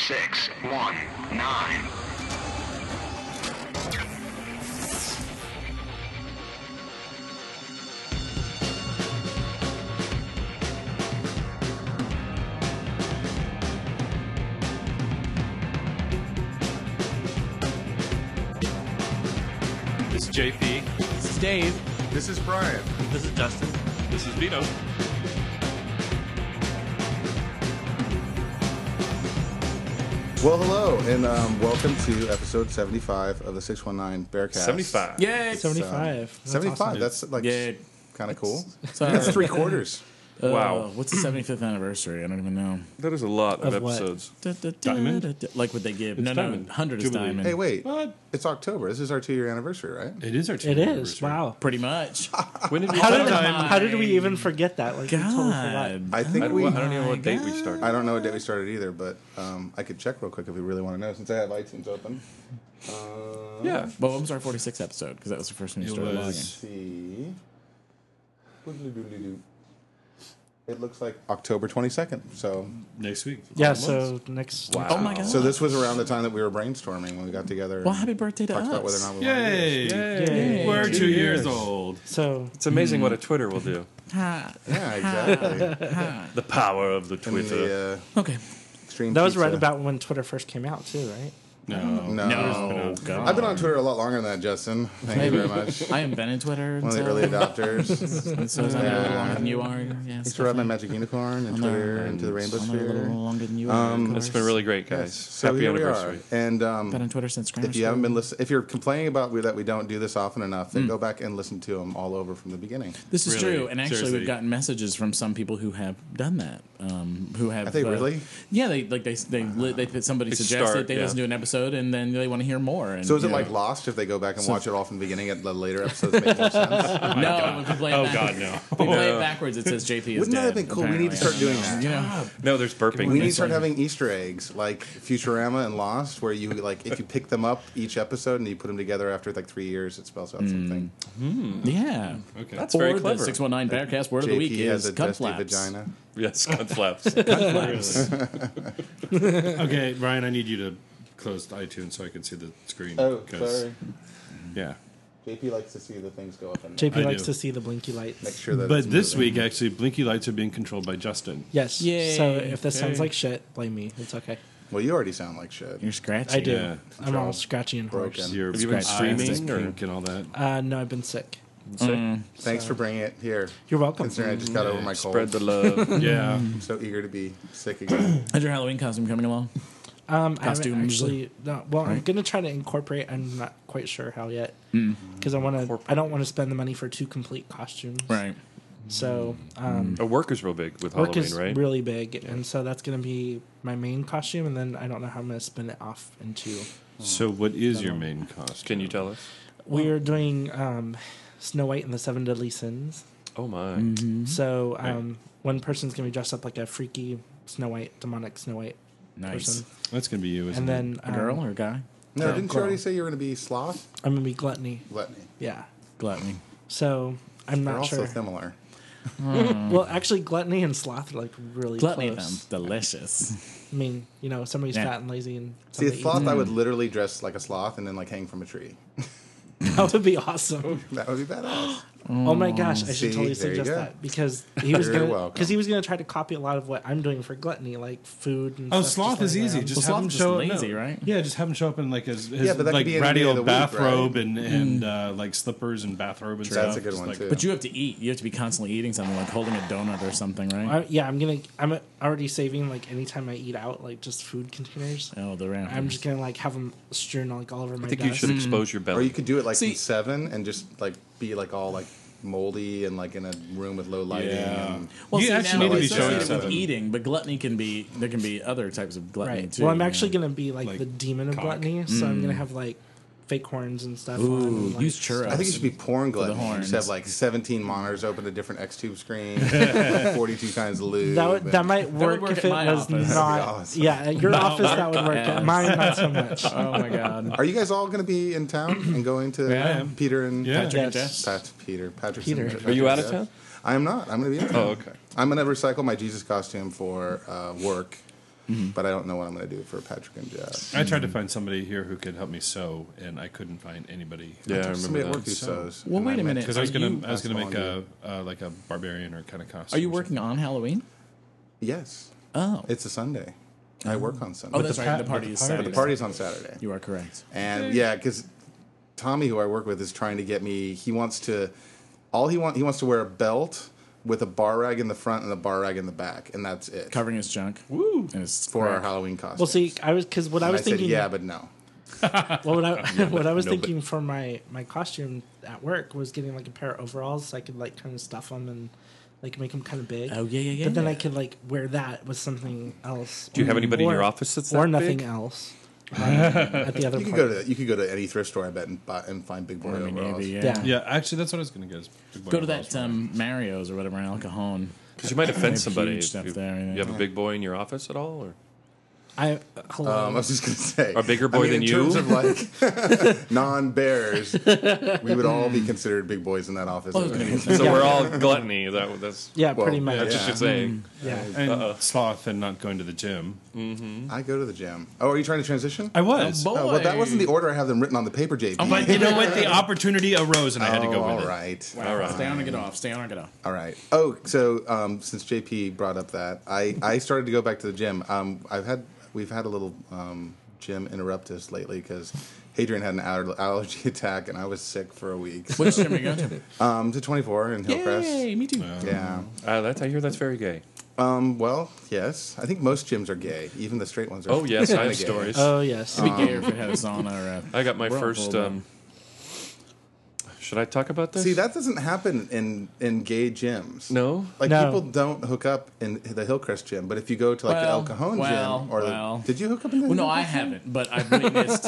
six one nine. This is JP. This is Dave. This is Brian. This is Dustin. This is Vito. Well, hello, and um, welcome to episode 75 of the 619 Bearcast. 75. Yay! It's, um, 75. That's 75. awesome. That's like Yeah. kind of cool. It's, uh, That's three quarters. uh, Wow. What's the 75th anniversary? I don't even know. That is a lot of, Of what? episodes. Da, da, da, Diamond? da, da. Like what they give. no, diamond. no, 100 is Jubilee. diamond. hey, wait. What? It's October. This is our two year anniversary, right? It is our It is. Wow. Pretty much. When did we How did, Sometime. how did we even forget that? Like, we totally forgot. God. I think I, we. don't- I don't even know what date we started. I don't know what date we started either, but um, I could check real quick if we really want to know since I have iTunes open. yeah. Well, when was our 46th episode? Because that was the first one you started was- logging. See. Boodly-doodly-doo. It looks like October 22nd. So Next week. Yeah, so next. Wow. Oh my God. so this was around the time that we were brainstorming when we got together. Well, and happy birthday to Talked us. about whether or not we wanted to do this. Yay. Yay. We're two, Two years. old. So, It's amazing what a Twitter will do. Ha. Yeah, exactly. The power of the And the, uh, Okay. extreme that was right pizza. about when Twitter first came out, too, right? no. Oh, No. I've been on Twitter a lot longer than that, Justin. Thank Maybe. you very much. I invented Twitter. One of the so- early adopters. and so I'm a little longer than you are. Yeah, Used to ride my magic unicorn and Twitter and to the rainbow I'm a little sphere. longer than you are. of Um, It's course. been really great, guys. So Happy here we are. anniversary. And Been on um, Twitter since grammar if you haven't school. been listening, if you're complaining about we, that we don't do this often enough, Mm. then go back and listen to them all over from the beginning. This is Really, true, and actually, seriously. we've gotten messessages from some people who have done that. Um, who have Have they uh, really? Yeah, they like they they, li- they somebody Uh, They suggested start, they yeah. listen to an episode and then they want to hear more. And, So is it you like know. Lost if they go back and watch it all from the beginning at the later episodes? Make more sense? no? If you play it Oh, back- God, no. If you play it backwards, it says JP is Wouldn't that have been dead, cool? We need to start apparently. doing that. You know, No, there's burping. We need to start having Easter eggs like Futurama and Lost, where you like if you pick them up each episode and you put them together after like three years, it spells out something. yeah. Okay. That's or very the clever. six one nine Bearcast word of the JP week has is a cunt dusty flaps. vagina. Yes, cunt flaps. Okay, Ryan, I need you to close iTunes so I can see the screen. Oh, 'cause- Yeah. JP likes to see the things go up and JP I likes do. to see the blinky lights. make sure that. But this week, actually, blinky lights are being controlled by Justin. Yes. Yay. So, if this sounds Yay. like shit, blame me. It's okay. well, you already sound like shit. You're scratching. I do. Yeah. I'm all scratchy and hoarse. Broken. Your Have you been eyes streaming, is or- pink and all that. Uh, no, I've been sick. Mm. Thanks for bringing it here. You're welcome. Considering I just got over my cold, Spread the love. Yeah. I'm so eager to be sick again. Is your Halloween costume coming along? Um, I haven't Costumes. actually. No, well, I'm gonna try to incorporate. I'm not quite sure how yet, Mm. because I want to. I don't want to spend the money for two complete costumes. Right. So um, Our work is real big with work Halloween, is right? really big, and so that's gonna be my main costume, and then I don't know how I'm gonna spin it off into. So, what is your main cost? Can you tell us? We are doing um, Snow White and the Seven Deadly Sins. Oh my! Mm-hmm. Mm-hmm. So um, one person's gonna be dressed up like a freaky Snow White, demonic Snow White Nice. person, That's going to be you, isn't and then A girl um, or a guy? No, didn't you girl. already say you were going to be sloth? I'm gonna be gluttony. Let me. Yeah. Gluttony. So I'm They're not also sure. similar. Well, actually, gluttony and sloth are like really Gluttony close. sounds delicious. I mean, you know, somebody's Yeah. fat and lazy, and See, a somebody sloth, I would literally dress like a sloth and then like hang from a tree. eats- that would be awesome. That would be badass. Oh my gosh, Mm, I See, should totally there you suggest go. that because he was You're gonna welcome. because he was gonna try to copy a lot of what I'm doing for gluttony, like food and Oh, stuff, sloth just is lying easy. around. Just Well, have him sloth's show just up- lazy, right? Yeah, just have him show up in like his, his Yeah, but that could like be any ratty day of old the week, right? Hmm. bathrobe and and uh, like slippers and bathrobe and stuff. That's a good Just one like- too. But you have to eat. You have to be constantly eating something, like holding a donut or something, right? I, yeah, I'm gonna. I'm already saving like anytime I eat out, like just food containers. oh, the ramp. I'm just gonna like have them strewn like all over my I think Mm-hmm. you desk. should expose your Or belly. you could do it like See- in seven and just like be like all like moldy and like in a room with low lighting. Yeah. And well, You see, actually now need to it's be showing associated with something. eating, but gluttony can be. There can be other types of gluttony Right. too. well, I'm actually gonna be like, Like the demon of cock. gluttony, so I'm gonna have like fake horns and stuff. on, Ooh, and, like, use churros. I think you should be porn glutton. You horns. should have like 17 monitors open to different X tube screens, 42 times lube. That would, that and- might work, work if at it my was office. not. That'd be awesome. Yeah, at your office that would work. At mine, not so much. Oh my god. Are you guys all going to be in town and going to Yeah, I am. Peter and Yeah. Patrick? Yes. Yes. Pat, Peter, Patrick. Peter. Patrick Are you out of Jeff? town? I am not. I'm going to be in town. Oh, okay. I'm going to recycle my Jesus costume for uh, work. Mm-hmm. but I don't know what I'm going to do for Patrick and Jeff. I Hmm. tried to find somebody here who could help me sew, and I couldn't find anybody. Yeah, I remember Somebody at that. work who sews. Well, and wait I a meant- minute. because I was Are gonna you- I was gonna That's make a uh, like a barbarian or kind of costume. Are you working on Halloween? Yes, Oh, it's a Sunday. I work on Sunday. oh, But that's the, right. The party is Saturday. the party's on Saturday. You are correct. And yeah, because Tommy, who I work with, is trying to get me. He wants to, all he wants, he wants to wear a belt with a bar rag in the front and a bar rag in the back, and that's it Covering his junk. Woo! And it's for our crack. Halloween costume. Well, see, I was because what I was I thinking. said, yeah, but no. Well, what I, what I was no, but- thinking for my my costume at work was getting like a pair of overalls so I could like kind of stuff them and like make them kind of big. Oh, yeah, yeah, yeah, But then I yeah. could like wear that with something else. Do you have anybody in Or- your office that's or that nothing big? else? um, at the other You could part. go to you could go to any thrift store, I bet, and buy, and find big boy I mean, overalls. maybe, yeah. Yeah. Yeah, actually, that's what I was gonna get. is big boy Go to overalls. that um, Mario's or whatever in El Cajon. Because you might offend somebody. huge if stuff you, there, yeah. you have a big boy in your office at all, or I hello. Um, I was just gonna say A bigger boy in than you? terms of like non bears, we would all be considered big boys in that office. so we're all gluttony. Is that what that's? yeah, Mm. well, pretty much. That's yeah. what you're saying. Yeah. and sloth and not going to the gym. I go to the gym. Oh, are you trying to transition? I was, Oh, boy. Oh, but that wasn't the order I have them written on the paper, JP. but you know what? The opportunity arose, and I had to go Oh, with all it. right. All right. Stay on and get off. Stay on and get off. All right. Oh, so um, since JP brought up that, I, I started to go back to the gym. Um, I've had we've had a little um, gym interruptus lately because Hadrian had an aller- allergy attack and I was sick for a week. Which gym are you going to? Um, to 24 in Hillcrest. Yay, me too. Yeah. Uh, that's, I hear that's very gay. Um, well, yes. I think most gyms are gay. Even the straight ones are. Oh yes, I kinda have gay. stories. Oh yes. It'd be gayer if it had a sauna or uh, a. Um, I got my We're on first. hold, Um, should I talk about this? See, that doesn't happen in in gay gyms. no. Like No. people don't hook up in the Hillcrest gym, but if you go to like Well, the El Cajon well, gym or well. the, did you hook up in the Well, no, I Hillcrest gym? haven't, but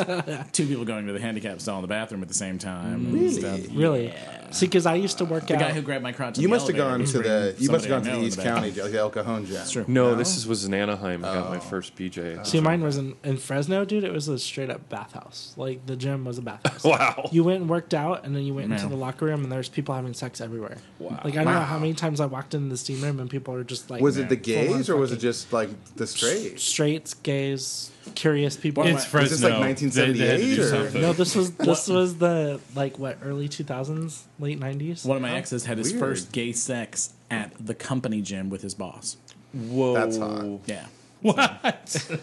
I've witnessed two people going to the handicap stall in the bathroom at the same time. and Really? stuff. Really? See, because I used to work The out. guy who grabbed my crotch. in You the must have elevator gone was to the bringing you must have somebody gone I to know the in East back. County, like the El Cajon gym. Sure. No, this is, was in Anaheim. I Oh. got my first PJ. See, mine was in, in Fresno, dude. It was a straight up bathhouse. Like the gym was a bathhouse. Wow. You went and worked out, and then you went Man. into the locker room, and there's people having sex everywhere. Wow. Like I don't know how many times I walked into the steam room, and people are just like, Was it the full-on gays or was it fucking just like the straight? straights, gays, curious people? It's Why- Fresno. was this like They- they had to 1978 do or- something. no, this was this was the like what early two thousands, late nineties. One of my exes had his Weird. first gay sex at the company gym with his boss. Whoa. That's hot. Yeah.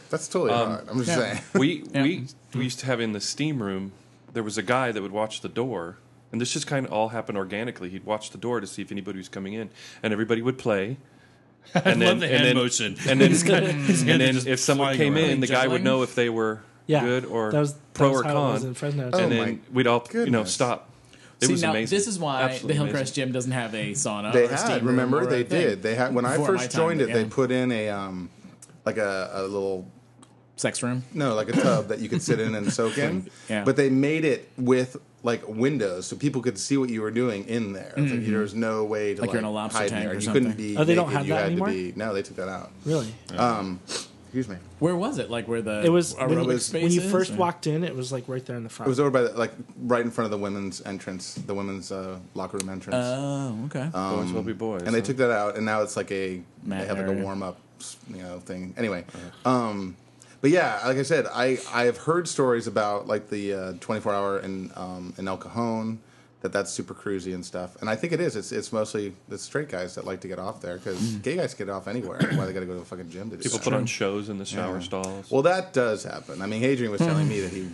That's totally hot. I'm just yeah. saying. we we we used to have in the steam room. There was a guy that would watch the door, and this just kind of all happened organically. He'd watch the door to see if anybody was coming in, and everybody would play. And love the hand motion. And then, hand and then just if someone flying came around. in, the guy would Gelling? know if they were Yeah, good or that was- that pro was or how it con. was in Fresno, too. and Oh my then we'd all you know goodness. stop. It See, was now, amazing. This is why Absolutely the amazing. Hillcrest gym doesn't have a sauna. They or a steam had. room or Remember, a they thing. did. They had when I Before my first time, joined but it. They yeah. put in a um, like a, a little sex room. no, like a tub that you could sit in and soak in. Yeah. But they made it with like windows, so people could see what you were doing in there. It's Like, there was no way to Mm-hmm. Like like, you're in a lobster hide in tank there. or you couldn't something. be. Oh, they don't naked. have you that had anymore? To be, no, they took that out. really? Excuse me. Where was it? Like where the It was when, aerobic you- space when you is, first or- walked in. It was like right there in the front. It was over by the, like right in front of the women's entrance, the women's uh, locker room entrance. Oh, okay. Boys will be boys. Um, and they huh? took that out, and now it's like a Mat they have like a area. warm up, you know, thing. Anyway, um, but yeah, like I said, I I have heard stories about like the twenty four hour in um, in El Cajon that that's super cruisy and stuff, and I think it is. It's it's mostly the straight guys that like to get off there because gay guys get off anywhere. Why they got to go to the fucking gym to do people that? put on shows in the shower stalls. Well, that does happen. I mean, Hadrian was telling me that he,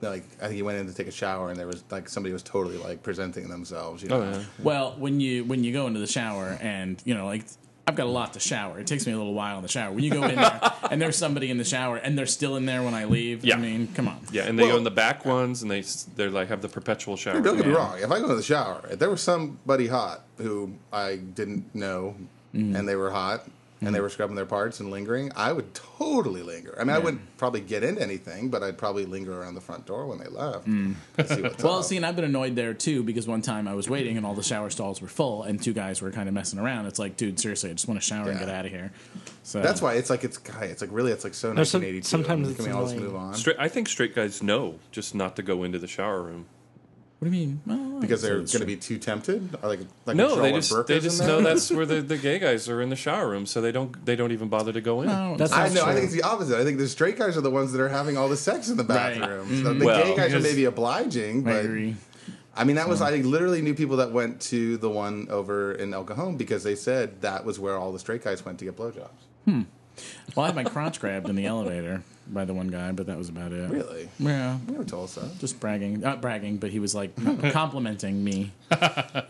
like, I think he went in to take a shower and there was like somebody was totally like presenting themselves. You know? oh yeah. Well, when you when you go into the shower and you know like I've got a lot to shower. It takes me a little while in the shower. When you go in there and there's somebody in the shower and they're still in there when I leave. Yeah. I mean, come on. Yeah, and they Well- own the back ones, and they s- they're like have the perpetual shower. Don't get me Yeah. wrong. If I go to the shower, if there was somebody hot who I didn't know and they were hot and they were scrubbing their parts and lingering, I would totally linger. I mean, I wouldn't probably get into anything, but I'd probably linger around the front door when they left. to see what's Well, up. see, and I've been annoyed there too because one time I was waiting and all the shower stalls were full and two guys were kind of messing around. It's like, dude, seriously, I just want to shower and Yeah. get out of here. So that's why it's like it's guy. It's like really, it's like so There's some- 1982. Can sometimes it's we all just annoying. move on? Straight, I think straight guys know just not to go into the shower room. What do you mean? I don't know. because they're going It's- to be too tempted. Are they, like No, control they what just burkas they in just there? know that's where the, the gay guys are in the shower room, so they don't they don't even bother to go in. No, That's I not know. I true. think it's the opposite. I think the straight guys are the ones that are having all the sex in the Right. bathroom. So the Well, gay guys are because- maybe obliging, I but agree. I mean, that was Mm. I literally knew people that went to the one over in El Cajon because they said that was where all the straight guys went to get blowjobs. Well, I had my crotch grabbed in the elevator by the one guy, but that was about it. Really? Yeah. You never told us that. Just bragging, not bragging, but he was like complimenting me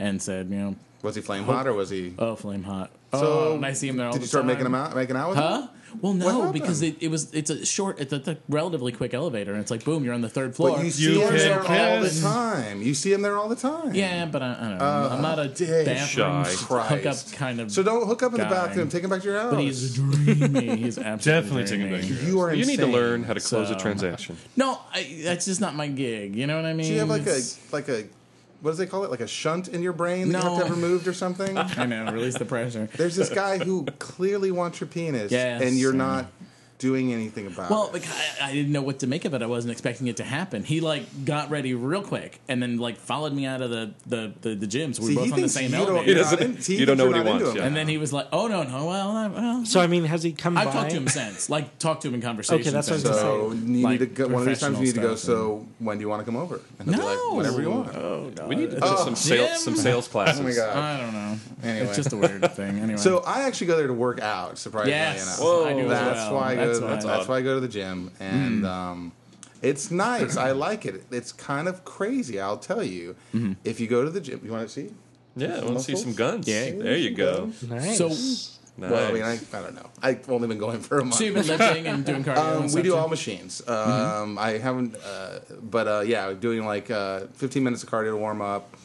and said, you know, Was he flame hot or was he? oh, flame hot. So, oh, and I see him there all Did the you start time. making him out? Making out with him? Huh? Well, no, happened? because it, it was it's a short, it's a, it's a relatively quick elevator, and it's like boom, you're on the third floor. But you see him can there all the kiss. time. You see him there all the time. yeah, but I, I don't know. I'm not a Oh, dang. bathroom Shy. hookup Christ. kind of. So don't hook up in guy. the bathroom. Take him back to your house. But he's dreamy. He's absolutely Definitely take him dreamy. back to your you are. You need to insane. learn how to close So- a transaction. No, I, that's just not my gig. You know what I mean? Do you have like a It's- like a what do they call it? Like a shunt in your brain that you have No. to have removed or something? I know. Release the pressure. There's this guy who clearly wants your penis, Yes. and you're not doing anything about Well, it. like I, I didn't know what to make of it. I wasn't expecting it to happen. He like got ready real quick and then like followed me out of the the the, the gym. So we See, were he both on the thinks same you don't- elevator. you're He not doesn't- in- he you thinks don't know you're what he not into wants, him. yeah. And then he was like, "Oh no, no, well, I, well." So I mean, has he come by? I've talked to him since, like talked to him in conversation. Okay, that's what I was since. gonna say. So you Like need to go, one of these times you need to go. professional So when do you want to come over? And he'll be like, No. whenever you want. Oh no, We need to put some sales some sales classes. Oh my god! I don't know. Anyway. It's just a weird thing. Anyway, So I actually go there to work out. Surprisingly yes, enough, Whoa. I do as that's well. why I go. That's That's, why. odd. why I go to the gym, and um, it's nice. I like it. It's kind of crazy. I'll tell you. If you go to the gym, you want to see? Yeah, I want to see Muscles? some guns. Yeah. there you go. Nice. So, Nice. Well, I mean, I, I don't know. I've only been going for a month. so you've been lifting and doing cardio. and Um, we do stuff too? Mm-hmm. all machines. Um, I haven't, uh, but uh, yeah, doing like uh, 15 minutes of cardio to warm up,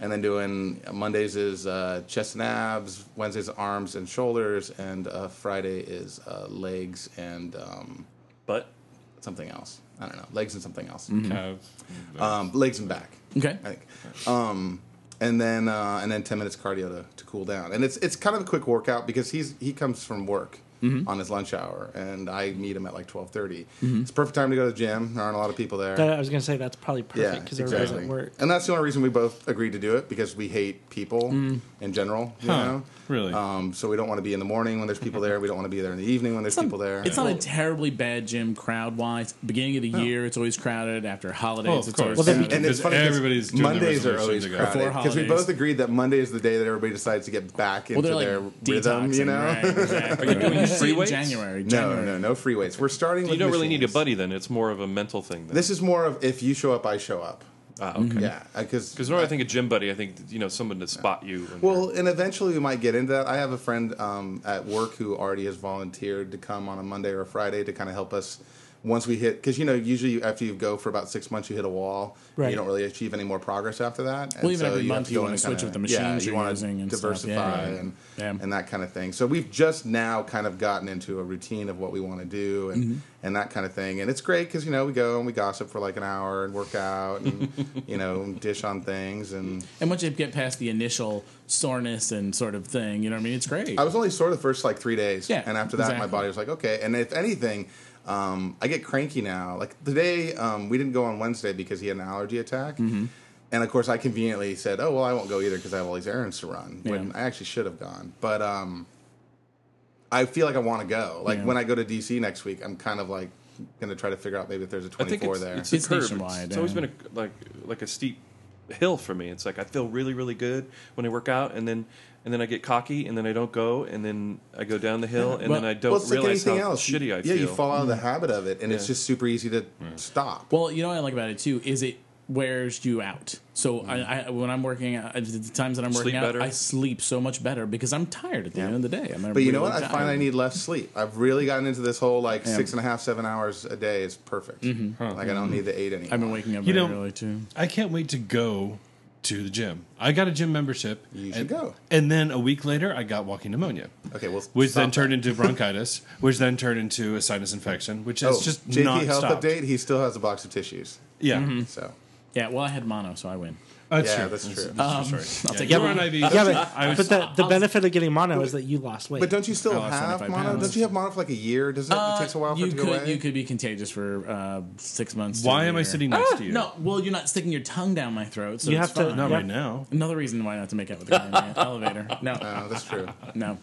and then doing Mondays is uh, chest and abs, Wednesdays arms and shoulders, and uh, Friday is uh, legs and um, but something else. I don't know, legs and something else. Have, Um, legs and back. Okay. I think. Um, and then uh, and then ten minutes cardio to, to cool down. And it's it's kind of a quick workout because he's he comes from work on his lunch hour, and I meet him at like twelve It's a perfect time to go to the gym. There aren't a lot of people there. That- I was gonna say that's probably perfect because everybody's at work. And that's the only reason we both agreed to do it because we hate people in general. You Huh. know? Really? Um, so we don't want to be in the morning when there's people there. We don't want to be there in the evening when there's people there. It's not a terribly bad gym crowd wise. Beginning of the year, it's always crowded. After holidays, Oh, of it's always course. Well, crowded. and it's Because funny 'cause everybody's doing their Mondays are resolution always to go. crowded Before because we holidays. both agreed that Monday is the day that everybody decides to get back into well, they're like their detoxing, rhythm. You know, Right, exactly. Are you doing See, free in weights? January, no, January. no, no free weights. We're starting. you with don't really need a machines. buddy then. It's more of a mental thing. Then. This is more of if you show up, I show up. ah, okay. Mm-hmm. Yeah, uh, because Because normally I think a gym buddy, I think you know someone to spot you. when you're- Well, and eventually we might get into that. I have a friend um, at work who already has volunteered to come on a Monday or a Friday to kind of help us once we hit because you know usually you- after you go for about six months you hit a wall and Right. you don't really achieve any more progress after that. And Well, even every have month to you go wanna in and switch kinda- with the machines yeah, you're you wanna using and stuff. diversify Yeah. and Yeah. and that kind of thing. So we've just now kind of gotten into a routine of what we want to do and Mm-hmm. and that kind of thing. And it's great because you know we go and we gossip for like an hour and work out and you know dish on things and. And once you get past the initial soreness and sort of thing, you know what I mean? It's great. I was only sore the first like three days. Yeah, And after that, my exactly. body was like, okay. And if anything, um, I get cranky now. Like today, um, we didn't go on Wednesday because he had an allergy attack. Mm-hmm. And of course, I conveniently said, oh, well, I won't go either because I have all these errands to run. When Yeah. I actually should have gone. But um, I feel like I want to go. Like Yeah. when I go to DC next week, I'm kind of like going to try to figure out maybe if there's a I think 24 it's, there. it's a It's curve. nationwide, It's, it's always yeah. been a, like like a steep hill for me. It's like I feel really really good when I work out, and then and then I get cocky, and then I don't go, and then I go down the hill, and Well- then I don't well, it's like realize anything how else. shitty I yeah, feel. Mm-hmm. you fall out of the habit of it, and it's Yeah. just super easy to stop. Well, you know what I like about it too is it wears you out. So Mm. I, I, when I'm working, out, at the times that I'm working Sleep out, better? I sleep so much better because I'm tired at the end of the day. I'm But you know what? I find I need less sleep. I've really gotten into this whole like six and a half, seven hours a day is perfect. Mm-hmm. Like I don't need the eight anymore. I've been waking up You very don't- early too. I can't wait to go to the gym. I got a gym membership. You should and, go. And then a week later, I got walking pneumonia. okay, well, Which stop then turned that. into bronchitis, which then turned into a sinus infection, which is Oh, just JP not Health stopped. update. He still has a box of tissues. Yeah, So Yeah, well, I had mono, so I win. That's yeah, true. that's true. Sorry. Uh, Um, I'll Yeah, take you it. were on IV. Yeah, but, I was- but the, the benefit of getting mono is that you lost weight. But don't you still I lost have 25 mono? Oh, pounds. Don't you have mono for like a year? Does it, it takes a while for Uh, you it to could go away? you could be contagious for uh, six months. to Why a am I year. Ah! sitting next to you? No, well, you're not sticking your tongue down my throat, so You it's have to- fine. Not Yeah. right now. Another reason why not to make out with the guy in the elevator. No, No, Oh, that's true. no.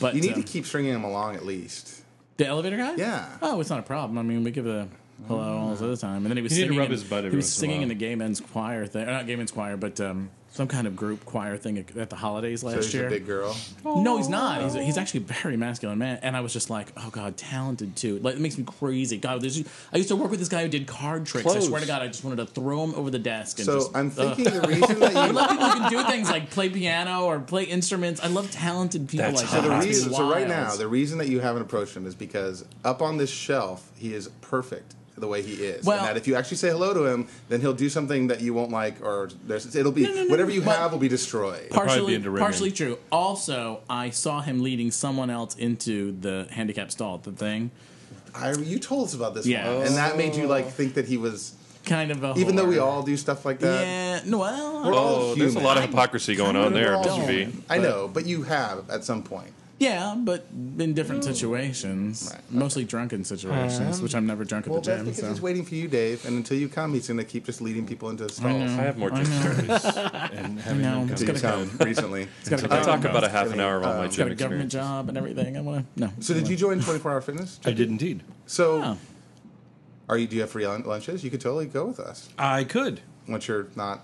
But You need um, to keep stringing them along at least. the elevator guy. Yeah. Mm. Oh, it's not a problem. I mean, we give a hello all this other time, and then he was You need to singing. rub in, his butt every he was once in a singing while. in the gay men's choir thing, or not gay men's choir, but um, some kind of group choir thing at at the holidays So last she's a year. big girl. No, he's not. He's, he's actually a very masculine man. And I was just like, oh god, talented too. Like it makes me crazy. God, there's, I used to work with this guy who did card tricks. I Close. swear to God, I just wanted to throw him over the desk. And So just, I'm ugh. thinking the reason that you. Love people who can do things like play piano or play instruments. I love talented people That's like hot. that. The It's reason, so right wild. now, the reason that you haven't approached him is because up on this shelf, he is perfect the way he is. Well- and that if you actually say hello to him, then he'll do something that you won't like, or there's, it'll be No, no, no, whatever no, you but- have will be destroyed. be partially into ribbing. partially true. Also, I saw him leading someone else into the handicap stall. The thing, I, you told us about this, Yeah. one, and that made you like think that he was. kind of a Even though we whore. all do stuff like that, yeah, no, well, We're all Oh, there's a human. lot of hypocrisy going on there, We're all Mr. V. human. I know, but you have at some point. Yeah, but in different Mm. situations, mostly drunken situations, which I'm never drunk at Um, Well, the that's gym. because So. he's waiting for you, Dave, and until you come, he's going to keep just leading people into stalls. I have more I gym know. stories. And having them No, Mm-hmm. it's come gotta He's inside. come recently. gotta I go. talk about a half Um, an hour of all my Got gym a government experience. job and everything. I want to no. So, did you join 24 Hour Fitness? I did indeed. So, Oh. are you? Do you have free lun- lunches? You could totally go with us I could. once you're not.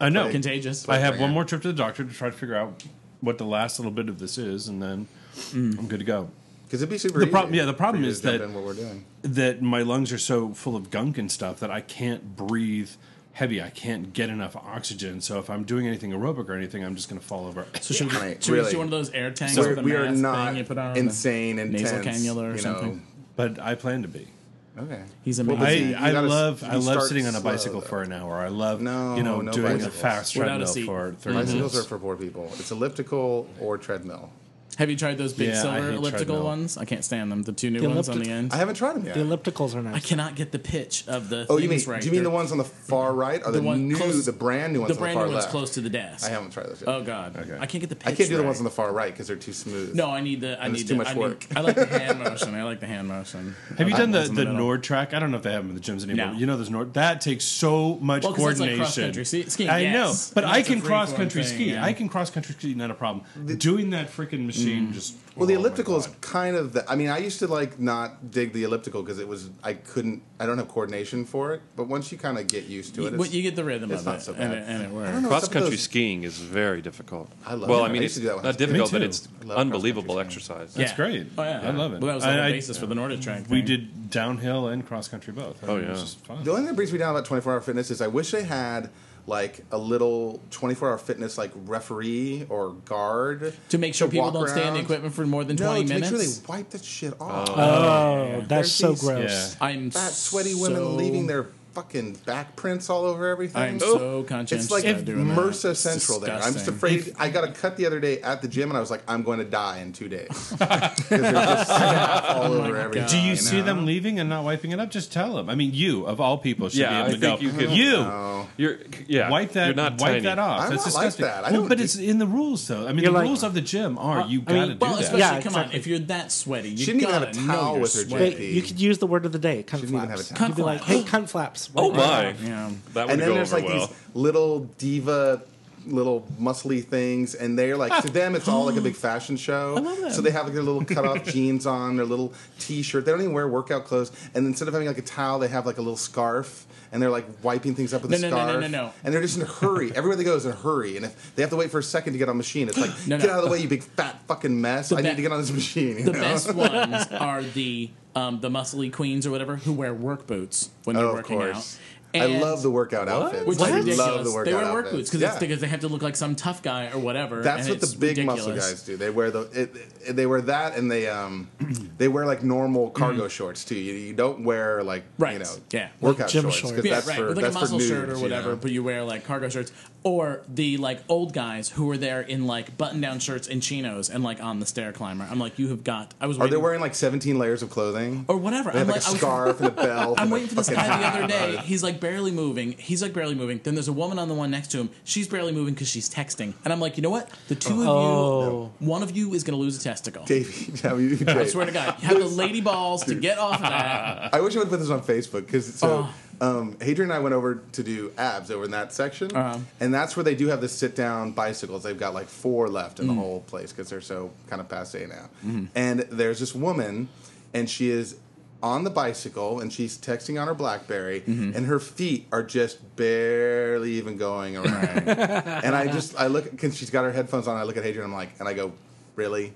I know. Contagious. I have Bring one it. more trip to the doctor to try to figure out what the last little bit of this is, and then Mm. I'm good to go. Because it'd be super. The easy problem- yeah, the for problem you to is jump that- in what we're doing. That my lungs are so full of gunk and stuff that I can't breathe heavy. I can't get enough oxygen. So if I'm doing anything aerobic or anything, I'm just going to fall over. so should we, Right, should we really. just do one of those air tanks? We're, with a we are mask not thing you put on the- insane, intense. nasal cannula or you know. something. But I plan to be. Okay. He's Well, amazing. but I, you- you I gotta s- love you I love start sitting on a slow, bicycle though. for an hour. I love No, you know no doing a bicycles. fast Without a treadmill seat. for 30 Bicycles are minutes. for poor people. It's elliptical or treadmill. Have you tried those big Yeah, I silver hate elliptical treadmill. ones? I can't stand them. The two new The ones on ellipti- the end. I haven't tried them yet. the ellipticals are nice. I cannot get the pitch of the. Oh, you mean things right. do you mean the They're- ones on the far right or the, one new, close- the brand new ones? The on the brand far new one's left? close to the desk. I haven't tried those yet. Oh God, I can't get the pitch. I can't do the right. ones on the far right because they're too smooth. No, I need the. I And it's need too the, much I work. Need, I like the hand motion. I like the hand motion. Have you I done like the, ones in the middle. Nord track? I don't know if they have them in the gyms anymore. No. You know those Nord that takes so much Well, 'cause that's like coordination. cross-country ski- skiing, I yes. know, but And I that's a can free-form cross country thing, ski. yeah. I can cross country ski, not a problem. Doing that freaking machine just Well, the oh my elliptical is God. kind of the. I mean, I used to like not dig the elliptical because it was I couldn't. I don't have coordination for it. But once you kind of get used to it, You, it's, what- you get the rhythm it's of not it, so bad. and it, and it works. know. Cross Some of country those- skiing is very difficult. I love well, it. I I mean, used it's to do that when I not was a kid. difficult, Me but too. it's I love unbelievable cross-country exercise. Yeah. That's great. Oh yeah, I love it. Well, that was the I- whole I- basis for the Nordic track. We thing. did downhill and cross country both. Oh, It was yeah. just fun. The only thing that brings me down about 24 hour fitness is I wish they had like a little 24 hour fitness like referee or guard to make sure people walk don't stay in the around. equipment for more than No, twenty to minutes. make sure they wipe that shit off. oh, that's There's so these- gross. I'm Fat sweaty women so- leaving their fucking back prints all over everything. I'm so conscientious. It's like about doing that. MRSA It's Central there. I'm just disgusting. afraid. I got a cut the other day at the gym, and I was like, I'm going to die in two days. 'Cause they're just Oh all over everything. Do you see know? them leaving and not wiping it up? Just tell them. I mean, you of all people should Yeah, be I able to know. think you could- You You're yeah. wipe that. You're not wipe tiny. that off. I'm That's not like disgusting. that. I Well, don't but do- it's in the rules though. I mean, the You're like- rules of the gym are you I mean, got to do Well, that. especially Yeah, come on, exactly. if you're that sweaty, you She didn't even gotta have a towel know you're with her, They- sweating. JP. you could use the word of the day, cunt Didn't even have a flaps. towel. You'd be like, Cunt hey, cunt flaps. Oh Right my! now. Yeah. That would And then go there's over like well. these little diva, little muscly things, and they're like to them it's all like a big fashion show. So they have like their little cut off jeans on, their little t-shirt. They don't even wear workout clothes, and instead of having like a towel, they have like a little scarf, and they're like wiping things up with No, a no, no, no, scarf. no, no. And they're just in a hurry. Everywhere they go is in a hurry, and if they have to wait for a second to get on a machine, it's like No, get no. out of the way, you big fat fucking mess. I be- need to get on this machine. you The know? best ones are the um, the muscly queens or whatever who wear work boots when they're Oh, of working course. out. I love the workout outfits. Which I is ridiculous. love the workout they wear work outfits. boots 'cause Yeah. it's because they have to look like some tough guy or whatever. That's and what it's the big ridiculous. muscle guys do. They wear the it, it- they wear that and they um they wear like normal cargo shorts too. You, you don't wear like Mm-hmm. Right, you know yeah. workout Gym shorts shorts. because Yeah, that's right. for With like that's a for muscle shirt nudes, or you whatever, know? but you wear like cargo shirts. Or the like old guys who were there in like button down shirts and chinos and like on the stair climber. I'm like, you have got. I Are was. they waiting- wearing like seventeen layers of clothing or whatever? They have I'm like, a I was- scarf and a belt. I'm and a waiting for this fucking guy the hat. other day. He's like like barely moving. He's like barely moving. Then there's a woman on the one next to him. She's barely moving because she's texting. And I'm like, you know what? The two of Oh. you, one of you is going to lose a testicle. Davey, that would be I great. swear to God, you have the lady balls to get off of that. I wish I would put this on Facebook because so Oh. um, Adrian and I went over to do abs over in that section, Uh-huh. and that's where they do have the sit down bicycles. They've got like four left in Mm. the whole place because they're so kind of passe now. Mm-hmm. And there's this woman, and she is on the bicycle and she's texting on her BlackBerry, Mm-hmm. and her feet are just barely even going around. and I just I look because she's got her headphones on. I look at Adrian, I'm like, and I go, really?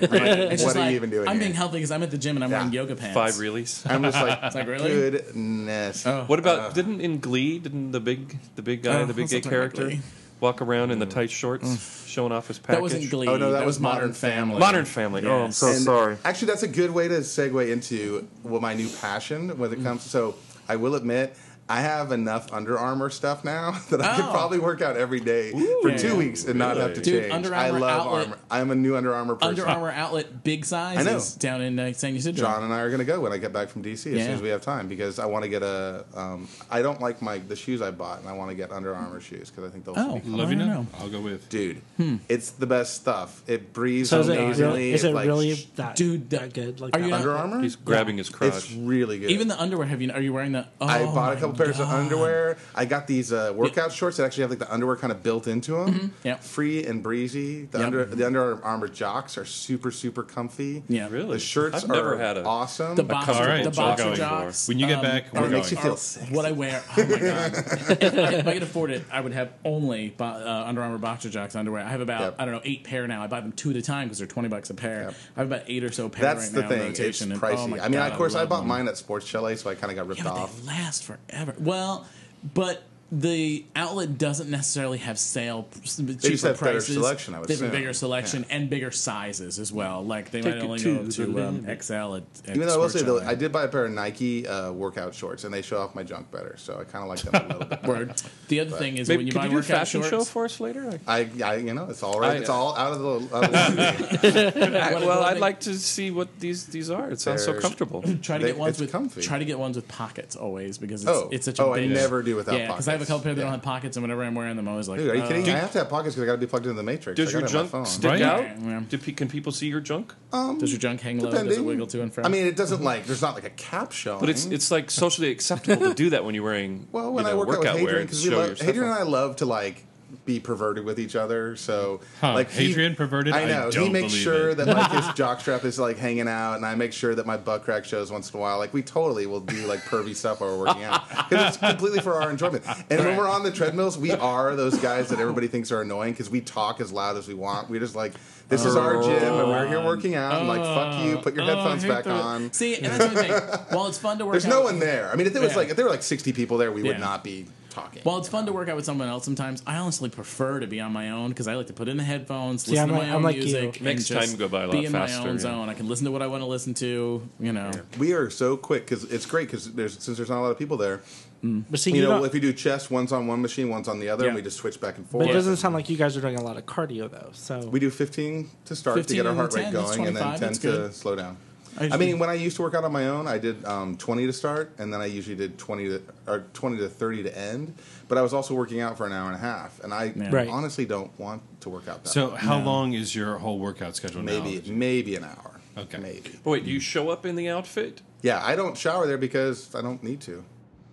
right. It's What just are you like, even doing I'm here? being healthy because I'm at the gym and I'm Yeah. wearing yoga pants. Five reelies. I'm just like, like, really? goodness. What about Uh, didn't in Glee didn't the big the big guy Oh, the big let's gay not talk about character Glee. walk around Mm. in the tight shorts showing off his package? That wasn't Glee. Oh, no, that was Modern Family. Modern Family. Oh, I'm Yes. so And sorry. Actually, that's a good way to segue into what my new passion when it comes. So I will admit. I have enough Under Armour stuff now that I could Oh. probably work out every day for Yeah. two weeks and not have to Dude, change. Under I Armour love outlet- Armour. I'm a new Under Armour person. Under Armour outlet, big size. I know. down in uh, San Ysidro. John and I are going to go when I get back from DC as Yeah. soon as we have time because I want to get a. Um, I don't like my the shoes I bought and I want to get Under Armour shoes because I think they'll. Oh, be I don't Loving it. know. I'll go with. dude, it's the best stuff. It breathes So is it, amazingly. really, is it like, really that Dude, the- that good? Like are you that? not- Under Armour? He's grabbing his crotch. It's really good. Even the underwear. Have you? Are you wearing the? Oh, I bought a my couple pairs of God. underwear. I got these uh, workout shorts that actually have like the underwear kind of built into them. Yep. Free and breezy. The Mm-hmm. Yep. Mm-hmm. under the Under Armour jocks are super super comfy. Yeah. Really? The shirts I've are never had a- awesome. The boxer, All right, the so boxer going for. jocks. When you get um, back, Oh, we're it makes you going. feel are sick. what I wear. Oh my god! if, I, if I could afford it, I would have only bo- uh, Under Armour boxer jocks underwear. I have about Yep. I don't know eight pair now. I buy them two at a time because they're twenty bucks a pair. Yep. I have about eight or so pair That's right the now. in thing. It's rotation, and- pricey. oh my I mean, God, of course, I, love bought them. mine at Sports Chalet, so I kind of got ripped Yeah, but off. they last forever. Well, but the outlet doesn't necessarily have sale cheaper just have better prices. selection, I would they have a assume. bigger selection and bigger sizes as well. Like they Take might it only to go the to um, limit. XL. At, at Even though I will Sports say though, Chalet. I did buy a pair of Nike uh, workout shorts, and they show off my junk better, so I kind of like them a little bit. more. Word. The other thing is when Maybe you could buy you do a workout fashion shorts. show for us later? I, I, I, you know, it's all right. I- it's all out of the. Out of the I- what- well, what I'd they- like to see what these these are. It sounds so They're- comfortable. Try to They- get ones it's with comfy. try to get ones with pockets always because it's, Oh. it's such a Oh, I big, never do without yeah, because I have a pockets. couple pair that Yeah. don't have pockets, and whenever I'm wearing them, I'm always like, Dude, are you uh, kidding? I have to have pockets because I got to be plugged into the matrix. Does I your gotta have my phone. Oh, Um, junk stick Right? out? Yeah. Do pe- can people see your junk? Does your junk hang low? Does it Depending. wiggle to and fro? I mean, it doesn't like there's not like a cap showing. But it's it's like socially acceptable to do that when you're wearing mm. well when you know, I work out with workout wear Hadrian and because we show your love stuff Hadrian and off. I love to like be perverted with each other. So Huh, like he- Hadrian perverted? I I know he don't makes believe sure it. that like his jockstrap is like hanging out, and I make sure that my butt crack shows once in a while. Like we totally will do like pervy stuff while we're working out because it's completely for our enjoyment. And when we're on the treadmills, we are those guys that everybody thinks are annoying because we talk as loud as we want. We just like. This is our gym, and we're here working out. and like, fuck you. Put your Oh, I headphones hate back that. on. See, and that's the thing. While it's fun to work There's out, no one there. I mean, if there was Yeah. like if there were like 60 people there, we Yeah. would not be talking. While it's fun to work out with someone else sometimes, I honestly prefer to be on my own because I like to put in the headphones, listen I'm to like- my I'm own like you. music, and Makes just time go by a lot be in faster, my own yeah. zone. I can listen to what I want to listen to. You know, we are so quick because it's great because there's since there's not a lot of people there. But see, You, you know, don't- if you do chest, one's on one machine, one's on the other, Yeah. and we just switch back and forth. but it doesn't sound like you guys are doing a lot of cardio though. So we do 15 to start to 15 get our and heart 10, rate that's going, and then 25, 10 that's to good. slow down. I I mean, usually- when I used to work out on my own, I did um, 20 to start, and then I usually did 20 to or 20 to 30 to end. But I was also working out for an hour and a half, and I Right. honestly don't want to work out that. So, how long is your whole workout schedule now? maybe maybe an hour. Okay. maybe. Oh, wait, do you show up in the outfit? Yeah, I don't shower there because I don't need to.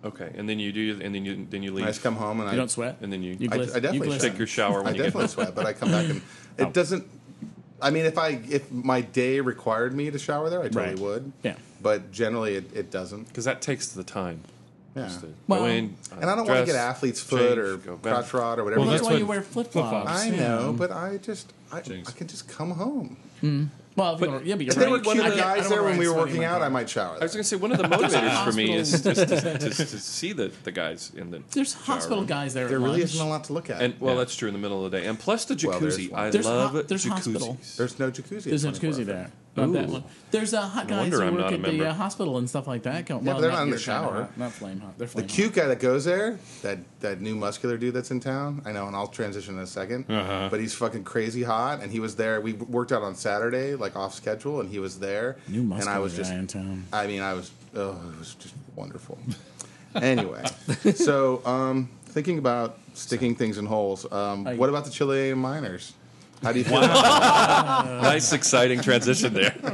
Okay, and then you do, and then you then you leave. I just come home and I you don't sweat, And then you- I, I glisten- definitely glisten. sweat. Take your shower I when you get definitely sweat, but I come back and it Oh. doesn't. I mean, if I if my day required me to shower there, I totally Right. would. Yeah. but generally it, it doesn't. because that takes the time. Yeah. Just to go Well- in, uh, And I don't want to get dress, athlete's foot change, or go back. crotch rod or whatever. Well, That's That's why what- you wear flip flops. flip-flops. I know, but I just I, I Jinx. can just come home. Well, if you don't- yeah, but you're If there right. were cuter I can't- I guys don't there wear when we were sweaty working my out, I clothes. might shower. I was there. going to say one of the motivators for me is Hospital. just to, to, to, to see the, the guys in the. There's shower hospital room. guys there. There at really lunch. isn't a lot to look at. And well, that's true in the middle of the day, and plus the Well, there's jacuzzi. one. I There's ho- love there's jacuzzis. hospital. There's no jacuzzi. There's no at 24 jacuzzi Hour. there. Not that Ooh. one. There's a hot No guys wonder who I'm work not a at the member. uh, hospital and stuff like that. Well, Yeah, but they're not not in your the kind of shower. hot, Not flame hot. They're The flame hot. cute guy that goes there, that that new muscular dude that's in town. I know, and I'll transition in a 2nd Uh-huh. But he's fucking crazy hot, and he was there. We worked out on Saturday, like off schedule, and he was there. New and I muscular was just, guy in town. I mean, I was, oh, it was just wonderful. Anyway, so um, thinking about sticking things in holes, um, what about the Chilean miners? How do you feel? about nice, exciting transition there.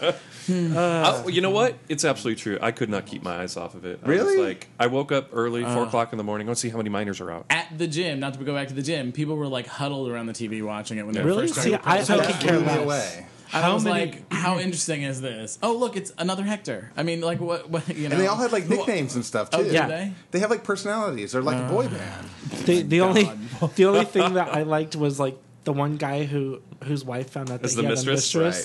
Hmm. Uh, you know what? It's absolutely true. I could not keep my eyes off of it. I was Really? like, I woke up early, four Uh. o'clock in the morning. I want to see how many miners are out. At the gym, not to go back to the gym, people were like huddled around the TV watching it when they were Really? first started. See, I, I that? could That care blew me less. away. And I How was many- like, how interesting is this? Oh, look, it's another Hector. I mean, like, what, what you know? And they all had like Who- nicknames and stuff too. Oh, Uh, did Yeah. they? They have like personalities. They're like a boy band. The, the only the only thing that I liked was like the one guy who whose wife found out that Is the he had mistress? a mistress.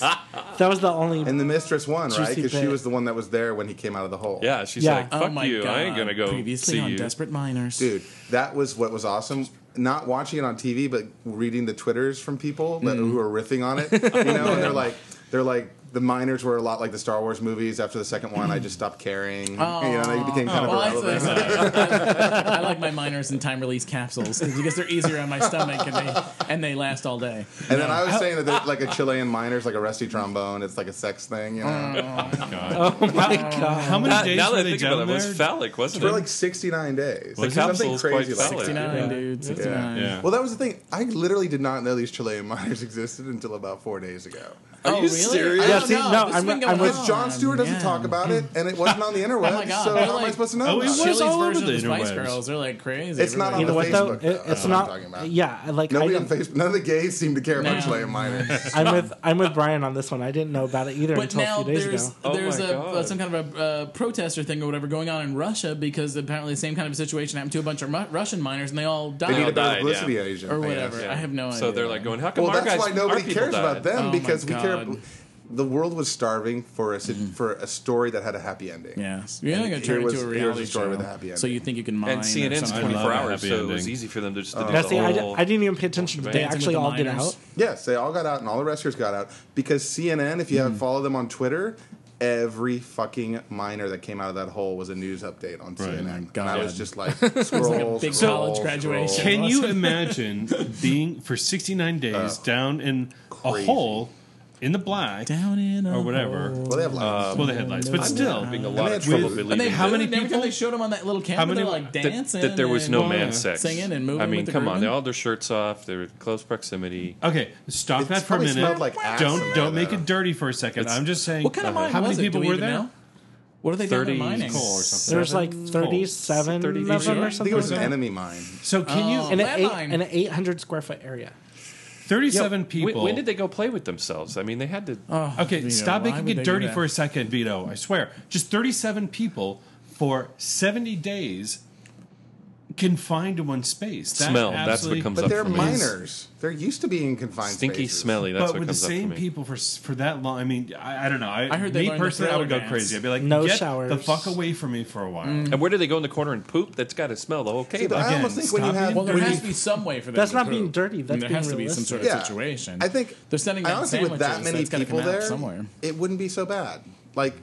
That was the only. And the mistress won, right? Juicy Because she bit. was the one that was there when he came out of the hole. Yeah, she's Yeah. like, Oh fuck my you. God. I ain't gonna go Previously see on you. Desperate Miners. Dude, that was what was awesome. Not watching it on TV, but reading the twitters from people that, who are riffing on it. You know, and they're like, they're like the miners were a lot like the Star Wars movies. After the second one, I just stopped caring. You know, they became kind Well, Oh, I, of irrelevant. I- I like my miners in time release capsules because they're easier on my stomach and they and they last all day. And then I was saying that they're like a Chilean miner's like a rusty trombone. It's like a sex thing. You know, oh my god! How many Now, days now were that I they think about it, down it was there? phallic, wasn't for it? like sixty nine days. The Like something capsule's quite crazy like solid. that. 69, Yeah. dude. 69. yeah. Well, that was the thing. I literally did not know these Chilean miners existed until about four days ago. Are oh, you really? serious? I Yeah, don't see, know. no, This I'm- been I'm going with Because on. John Stewart doesn't Yeah. talk about it, and it wasn't on the interweb, Oh, my God. so They're how am I like- supposed to know? Oh, it about was it? Chili's all over version the of the Spice interwebs. Girls are like crazy. It's not on You the know what Facebook, though? though, It, it's that's what I'm talking not. about. Yeah, like I Nobody on didn't, Facebook. None of the gays seem to care about No. Chilean miners. I'm with I'm with Brian on this one. I didn't know about it either But until now a few days there's ago. Oh there's my a, God. uh, some kind of a uh, protester thing or whatever going on in Russia because apparently the same kind of situation happened to a bunch of Ru- Russian miners and they all died They need a better died, publicity yeah. agent or I guess. whatever. I have no idea. So they're like going, how come Well, our that's guys, why our nobody people cares about died? them Oh, my because we care. God. Mm-hmm. The world was starving for a sit- for a story that had a happy ending. Yes, you're not And going to here turn it was- into a here's reality a story show. with a happy so you ending. think you can mine? And or CNN's something. 24 I love hours, happy so it was ending. easy for them to just to do Now, the see, I, di- whole- I didn't even pay attention. They Dancing with actually the all get Minors. out. Yes, they all got out, and all the rescuers got out because CNN. If you Mm-hmm. have followed them on Twitter, every fucking miner that came out of that hole was a news update on CNN. God. And I was just like, scroll, big scroll, college scroll. graduation. Can you imagine being for 69 days Oh. down in crazy. a hole in the black down in a or whatever? Well, they have lives. Well, they had lights, but still. having a they lot had of trouble weird- believing And they, that- how many people? people- they showed them on that little camera, How many- they're like that- that, dancing. that there was no and- man Yeah. sex. Singing and moving I mean, with the come on, grooving. they all had their shirts off. They were in close proximity. Okay, stop It that for a probably minute. smelled like ass in don't there, don't though. make it dirty for a second. I'm just saying. What kind Uh-huh. of mine How many was it? people Do we were even there? know? What are they down there 30 mining? Coal or something. There's like Seven? 37 of them Sure. or I I think it something. was an enemy mine. So can in you? an, Lead eight, mine. in an 800 square foot area. 37 Yo, people. When, when did they go play with themselves? I mean, they had to. Okay, Vito, stop why making would they it do dirty that? for a second, Vito. I swear. Just 37 people for 70 days confined to one space. That Smell, that's what absolutely- comes But up they're for me. minors. They're used to being confined. stinky, spaces. smelly. That's But what with comes the up same for me. people for s- for that long, I mean, I, I don't know. I, I heard they me learned the personally, I would go Thriller crazy. dance. I'd be like, No get the showers. fuck away from me for a while. Mm. And where do they go in the corner and poop? That's got to smell the whole See, cave. but I up. again, almost think when you stop have it. Well, there when has you- to be some way for them. That's to not prove. being dirty, that's I mean, there being has to be some sort of Yeah. situation. I think they're sending I out honestly, sandwiches. with that many that's gotta people come out there, somewhere. Hmm. it wouldn't be so bad. Like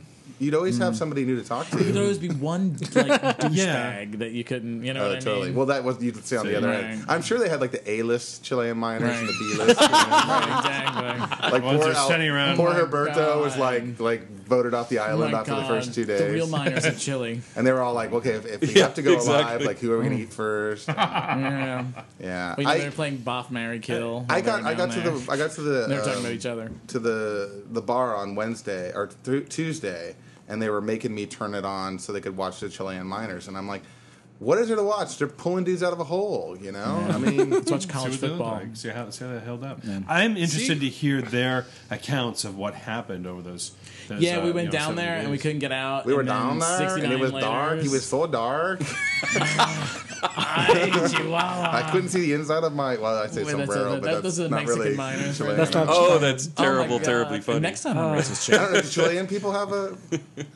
you'd always have somebody new to talk There'd to. always be one like douchebag that you couldn't, you know Oh, Uh, what I totally. mean? Well, that was you'd say on the See, other right. end. I'm sure they had like the A-list Chilean miners and the Right. B-list. you know? exactly. Like Ones poor, that are Al- standing around. poor Oh my Herberto was God. like like voted off the Oh island my after the first God. two the real days, miners in Chile. and they were all like, "Okay, if, if we Yeah, have to go alive, exactly. like who are we gonna eat first? Yeah, Yeah, we know I, they're playing Boff, Mary, Kill. I while got they I got were down to there. the I got to the They were talking um, about each other. to the the bar on Wednesday or th- Tuesday, and they were making me turn it on so they could watch the Chilean miners, and I'm like, what is there to watch? They're pulling dudes out of a hole, you know. I mean, Let's watch See college what they look football. like. See how, see how that held up. I'm interested to hear their accounts of what happened over those. those, Yeah, uh, we you went know, down 70 there and we days. couldn't get out. we were and then down there, and 69 it was later- dark. He was so dark, Ay, Chihuahua. I couldn't see the inside of my. Well, I say Wait, that's sombrero, a- that- but that's, those are the not Mexican really miners, Chilean. That's not Oh, that's Oh my terrible, God. terribly funny. Next time on Racist I Chick. don't know. Do Chilean people have a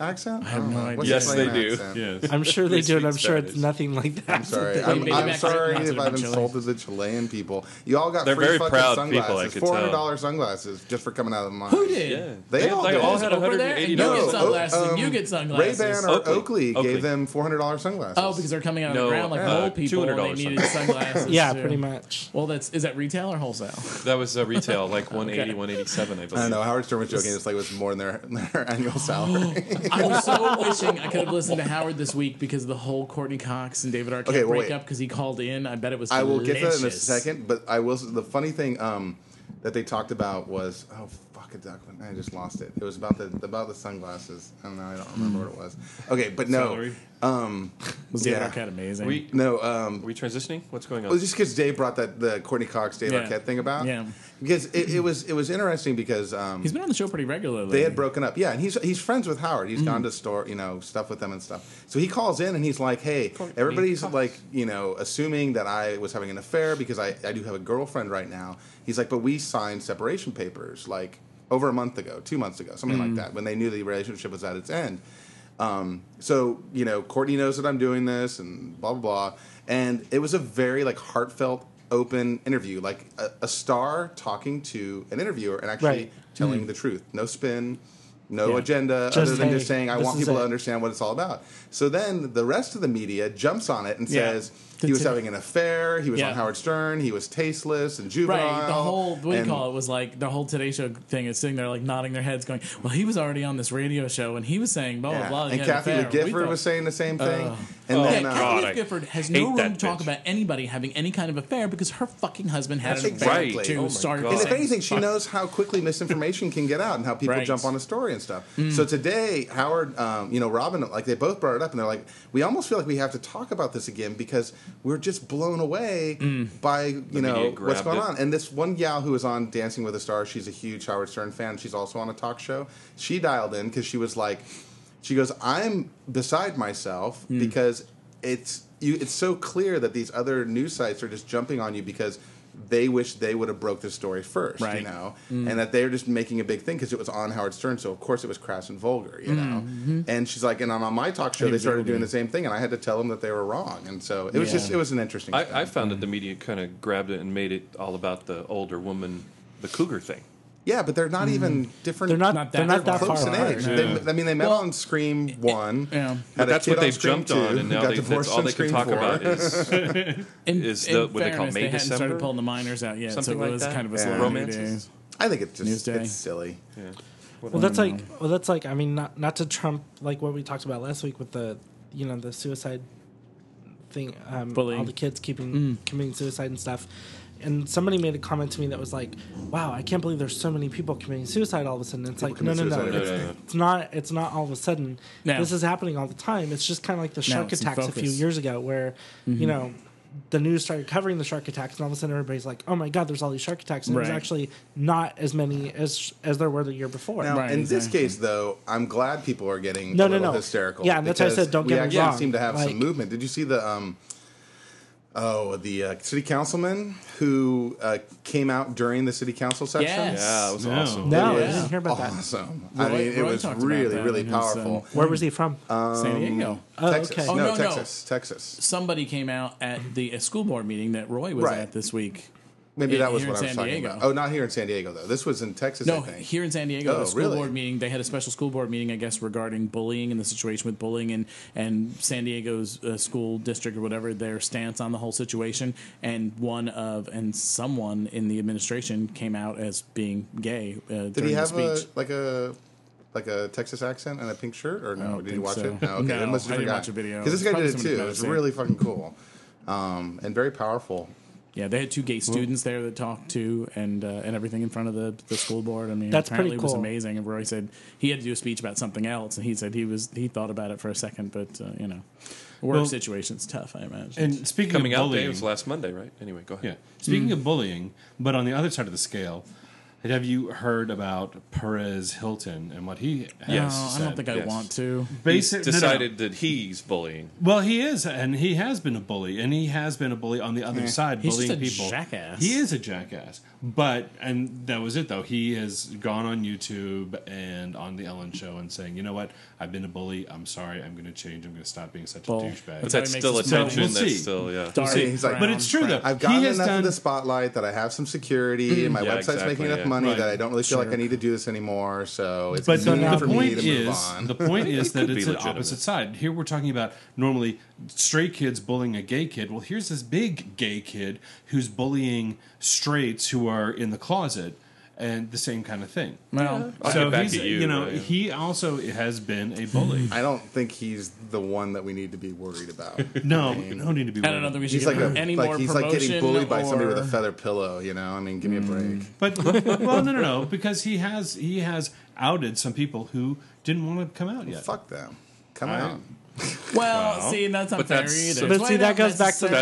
accent? I have no idea. Yes, they do. Yeah. Yes. I'm sure they do, and I'm speak sure it's Spanish. nothing like that. I'm sorry. that I'm, they- I'm back sorry not to if the I've Chileans. insulted the Chilean people. You all got They're free very fucking proud people, I sunglasses. could Four tell. hundred dollars sunglasses just for coming out of the mine. Who did? Yeah, They all they did. all Is had Oprah hundred there? and And eighty you get dollars. some- Sunglasses, and you get sunglasses. um, Ray Ban or Oakley, Oakley. gave Oakley. them four hundred dollars sunglasses. Oh, because they're coming out of No, the ground like uh, mole people, and they $200 needed sunglasses. yeah, too. pretty much. Well, that's is that retail or wholesale? That was uh, retail, like 180, 187, I believe. I don't know. Howard Stern was joking. It's like it was more than their, their Oh, annual salary. I was so wishing I could have listened to Howard this week because of the whole Courtney Cox and David Arquette Okay, well, wait. breakup because he called in. I bet it was. I will get to that in a delicious. second. But I will. The funny thing um, that they talked about was oh fuck it, I just lost it. It was about the about the sunglasses. I don't know. I don't Hmm. remember what it was. Okay, but no, Salary. Was David Yeah. Arquette amazing? We no. Um, are we transitioning? What's going on? Well, just because Dave brought that the Courtney Cox Dave Yeah. Arquette thing about, Yeah. because it, it was it was interesting because um, He's been on the show pretty regularly. they had broken up, yeah, and he's he's friends with Howard. He's gone to store, you know, stuff with them and stuff. So he calls in and he's like, "Hey, everybody's like, you know, assuming that I was having an affair because I I do have a girlfriend right now." He's like, "But we signed separation papers like over a month ago, two months ago, something like that, when they knew the relationship was at its end." um, so you know courtney knows that i'm doing this and blah blah blah and it was a very like heartfelt open interview like a, a star talking to an interviewer and actually Right. telling the truth no spin no Hmm. Yeah. agenda Just, other than hey, just saying i this want is people to it." understand what it's all about so then the rest of the media jumps on it and Yeah. says To- he was to- having an affair he was Yeah. on howard stern he was tasteless and juvenile Right, the whole what do you uh, and- call it was like the whole Today Show thing is sitting there like nodding their heads, going, "Well, he was already on this radio show and he was saying blah yeah. blah blah." Oh, he and had an Kathy affair." Lee We Gifford thought- was saying the same thing, Oh. and Oh, then Yeah, uh, God, Kathy Lee I Gifford has hate no room that to talk bitch. about anybody having any kind of affair because her fucking husband had That's an affair exactly- too. Oh my sorry for God. And if saying anything, she fuck. knows how quickly misinformation can get out and how people Right. jump on a story and stuff. Hmm. So today, Howard, um, you know, Robin, like they both brought it up, and they're like, we almost feel like we have to talk about this again because we're just blown away Hmm. by you know media what's grabbed going it. on. And this one gal who was on Dancing with the Stars, she's a huge Howard Stern fan. She's also on a talk show. She dialed in because she was like, she goes, I'm beside myself because it's you. It's so clear that these other news sites are just jumping on you because they wish they would have broke the story first, you Right. know, and that they're just making a big thing because it was on Howard Stern, so of course it was crass and vulgar, you know. And she's like, and on, on my talk show, they was started able to- doing the same thing, and I had to tell them that they were wrong, and so it was Yeah. just it was an interesting. thing. I, I found that the media kind of grabbed it and made it all about the older woman, the cougar thing. yeah, but they're not even different. Mm. They're not, Not that they're not that close far in apart. age. They, I mean, they met Well, on Scream One. yeah. had But a that's kid what they've Scream jumped 2, on, and now got they, that's divorced all on they can Scream talk 4. about is In- is in the- what they call fairness, May, they hadn't started December? pulling the minors out yet, Something so it like was that? kind of a Yeah. slow Romances. I think it's just Newsday. it's silly. Well, that's like well, that's like I mean, not not to trump like what we talked about last week with the you know the suicide thing, um, Bullying. Mm. all the kids keeping committing suicide and stuff. And somebody made a comment to me that was like, "Wow, I can't believe there's so many people committing suicide all of a sudden." It's like, no, commit no, no, suicide it's, every day. it's not. It's not all of a sudden. No. This is happening all the time. It's just kind of like the shark it's in attacks a few focus. Mm-hmm. years ago, where you know the news started covering the shark attacks, and all of a sudden everybody's like, "Oh my god, there's all these shark attacks," and there's Right. actually not as many as as there were the year before. Now, Right, in this exactly. case, though, I'm glad people are getting No, a no, little no. hysterical. Yeah, and that's why I because said don't we get me actually wrong. seem to have Like- some movement. Did you see the um, oh, the uh, city councilman who uh, came out during the city council session? Yes. yeah, it was No. awesome. No, It Oh. I was didn't hear about that. awesome. I Roy- mean, it Roy was talked about really, that really in his, um, powerful. Where was he from? Uh, Um, San Diego. Oh, Texas, okay. no, Oh, no, no. Texas, Texas. Somebody came out at the uh, school board meeting that Roy was Right. at this week. Maybe in- that was here what I in was San talking Diego. about. Oh, not here in San Diego though. This was in Texas. No, I think. here in San Diego, Oh, the school really? board meeting, they had a special school board meeting, I guess, regarding bullying and the situation with bullying and, and San Diego's uh, school district or whatever, their stance on the whole situation. And one of, and someone in the administration came out as being gay uh, Did during he the have a speech. like a like a Texas accent and a pink shirt, or no? don't Did you think watch so. it? No, okay. No, then it must I have didn't forgotten. watch a video. because this guy Probably did it somebody too. It might was have seen really fucking cool, um, and very powerful. Yeah, they had two gay students there that talked to and uh, and everything in front of the, the school board. I mean, That's pretty apparently it cool. was amazing. And Roy said he had to do a speech about something else, and he said he was he thought about it for a second, but uh, you know, work Well- situation's tough. I imagine. And speaking Coming of out day bullying, was last Monday, right? Anyway, go ahead. yeah. Speaking of bullying, but on the other side of the scale, Have you heard about Perez Hilton and what he? Has Yes. No, I don't said? think I yes. want to. Basic- no, no, no. decided that he's bullying. Well, he is, and he has been a bully, and he has been a bully on the other side, He's bullying just a people. jackass. He is a jackass, but and that was it though. He has gone on YouTube and on the Ellen Show and saying, you know what, I've been a bully. I'm sorry. I'm going to change. I'm going to stop being such Bull. a douchebag. But That's that's probably still makes us more- attention. We'll see. that's still yeah. Dark See, he's like- but it's true though. I've gotten he has enough done of the spotlight that I have some Mm-hmm. security. my Yeah, website's making exactly, enough yeah. money Right. that I don't really feel like I need to do this anymore. So it's But easy now for the me point to move is, on. the point is that could be it's an legitimate. opposite side. Here we're talking about normally straight kids bullying a gay kid. Well, here's this big gay kid who's bullying straights who are in the closet, and the same kind of thing. Well, I'll so get back he's, at you, know, right? he also has been a bully. I don't think he's the one that we need to be worried about. no, we don't need to be. I don't know that we should He's give like a, him any like more he's like getting promotion bullied by somebody with or- Mm. a feather pillow. You know, I mean, give me a break. But well, no, no, no, because he has he has outed some people who didn't want to come out yet. Fuck them. Come I- on. Well, Well, see, that's not but fair that's- either. But But see, that goes back to the That's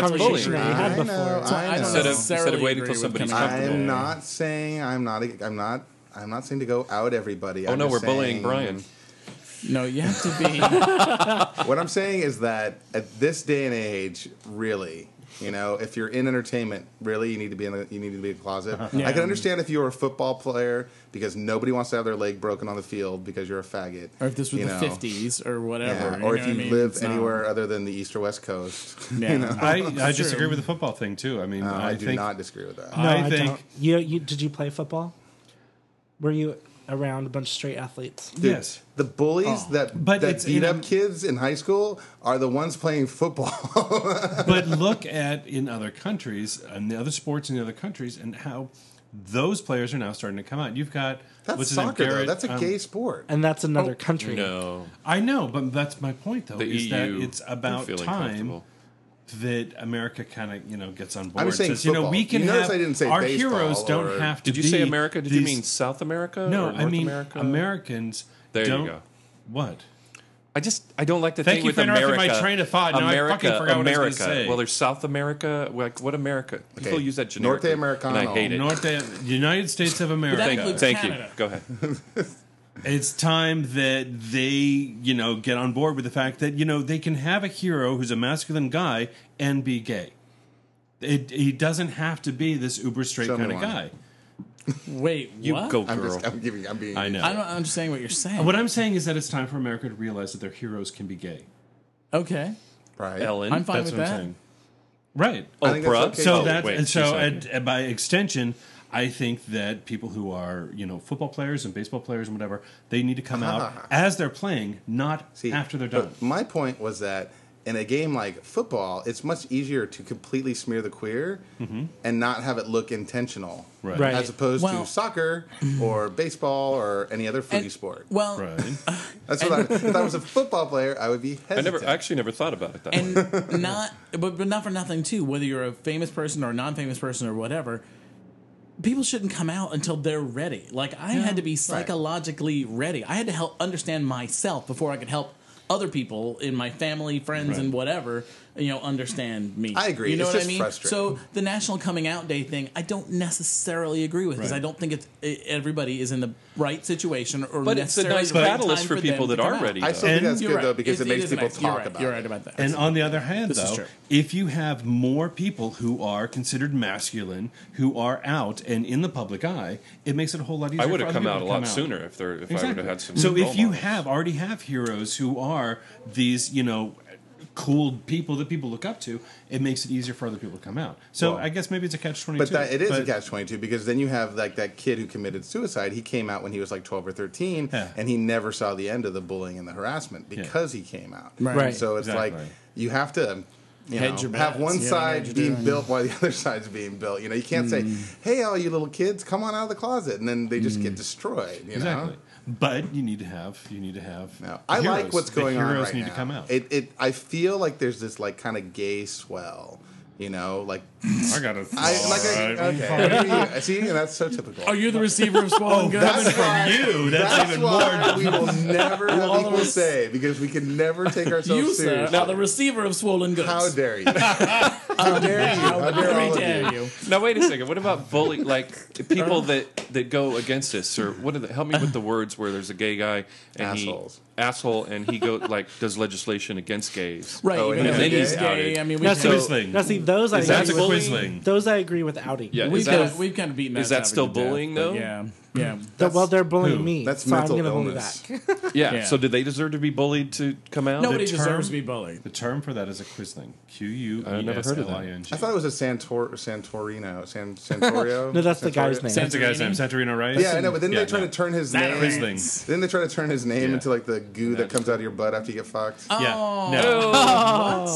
bullying. conversation that we I had before. know, It's I like, I don't know. Instead of- necessarily instead of waiting till agree with somebody's coming out. comfortable. I'm not saying I'm not. I'm not. I'm not saying to go out everybody. Oh I'm no, just we're bullying saying- Brian. No, you have to be. What I'm saying is that at this day and age, really, you know, if you're in entertainment, really, you need to be in the, you need to be in a closet. Uh-huh. Yeah. I can understand if you were a football player because nobody wants to have their leg broken on the field because you're a faggot. or if this was you the know. fifties or whatever, Yeah, you or know if what you I mean? live It's not- anywhere other than the east or west coast. Yeah. I, I disagree true. with the football thing too. I mean, No, I, I, do think not disagree with that. No, I I, think- don't. You, you did you play football? Were you around a bunch of straight athletes? Dude, yes. Oh, The bullies that, But that it's beat in a- up kids in high school are the ones playing football. but look at in other countries and the other sports in the other countries and how those players are now starting to come out. You've got That's what's his name, soccer, though. Garrett, That's a um, gay sport. And that's another country. Oh, No, I know, but that's my point though. the is EU. that it's about feeling time comfortable. that America kind of you know gets on board. I'm saying says, you know football. we can You notice have I didn't say our baseball heroes don't or- have to. Did you say be America? Did you these- mean South America? no? or North I mean America. Americans. There you don't, go. What? I just I don't like the Thank thing you with for interrupting my America. train of thought. Now I America, fucking forgot what I was America. gonna say. Well, there's South America. Like what America? People Okay. use that Norte generically, and I Americano. hate it. North United States of America. that Thank, includes thank you. Canada. Go ahead. it's time that they, you know, get on board with the fact that you know they can have a hero who's a masculine guy and be gay. It, he doesn't have to be this uber straight Show me kind of one. guy. Wait, what? You go, girl. I'm just I'm giving I'm being I know. I don't understand what you're saying. what I'm saying is that it's time for America to realize that their heroes can be gay. okay, right. Ellen. I'm fine That's with what I'm that. saying. Right. I think Oprah. that's okay. so Oh, that's wait, and she's so not and, and by extension i think that people who are you know football players and baseball players and whatever they need to come out as they're playing not See, after they're done but My point was that in a game like football, it's much easier to completely smear the queer and not have it look intentional, Mm-hmm. Right. Right. as opposed Well- to soccer or baseball or any other foodie And- sport. Well, right That's what I, if I was a football player, I would be hesitant. I never I actually never thought about it that way. and not but, but not for nothing too whether you're a famous person or a non-famous person or whatever people shouldn't come out until they're ready like i had to be psychologically ready i had to help understand myself before i could help other people in my family friends and whatever you know understand me I agree. you know It's what just i mean frustrating. so the national coming out day thing i don't necessarily agree with because Right. i don't think it's it, everybody is in the right situation or But it's a necessarily nice the right catalyst time for them people to that come are out. ready. I though. still think And- that's You're good right. though because it, It's- makes is people nice. talk You're right. about you're it. right about that and on the other hand This is though true. if you have more people who are considered masculine who are out and in the public eye it makes it a whole lot easier I would for have other come people out a to lot sooner if there if I would Exactly. have had some. so role if you models. have already have heroes who are these, you know, cool people that people look up to, it makes it easier for other people to come out. So Well, I guess maybe it's a catch twenty two. But that, it is a catch twenty two because then you have like that kid who committed suicide. He came out when he was like twelve or thirteen, Yeah. and he never saw the end of the bullying and the harassment because he came out. Right. Right. So it's Exactly. like you have to. You know, Hedge your have bets. one You don't know what side you're being doing. Mm. built while the other side's being built. You know, you can't say, "Hey, all you little kids, come on out of the closet," and then they just get destroyed. You Exactly. know, But you need to have you need to have. no, the I heroes. like what's The going on Heroes right need now. to come out. It, it, I feel like there's this like kind of gay swell. You know, like I gotta. I like I, okay. I hear you. I see, and that's so typical. Are you the receiver of Swallowing Gum? Oh, That's why, you, that's even why we will never have equal say because we can never take ourselves You, sir, seriously. now the receiver of Swollen Goods. How dare you? How dare you? How dare all How of you? dare you? Now wait a second. What about bully? Like people that that go against us, or what? Are the, help me with the words where there's a gay guy and Assholes. he asshole, and he go like does legislation against gays. Right, Oh, even and if then it he's is gay, outed. I mean, we Now, have see, So- Quisling. now, see, those I Is that agree bullying? Quisling. Those I agree with outing. Yeah. we've is that kind of we've kind of beaten. is that that still topic to death, bullying, but though? Yeah, yeah. The- well, they're bullying who? me. That's so mental I'm gonna illness. Bully back. yeah. Yeah. So do they deserve to be bullied to come out? Nobody term- deserves to be bullied. The term for that is a quisling. Q U I E never S heard of L I that. N G. I thought it was a Santor Santorino. San Santorio? No, that's the guy's Santorio? name. San- That's the guy's name, Santorino Rice. Yeah, I know, but then they try no. to turn his That name. Riesling. Quisling. Then they try to turn his name Yeah. into like the goo that comes out of your butt after you get fucked. Yeah. Oh. No.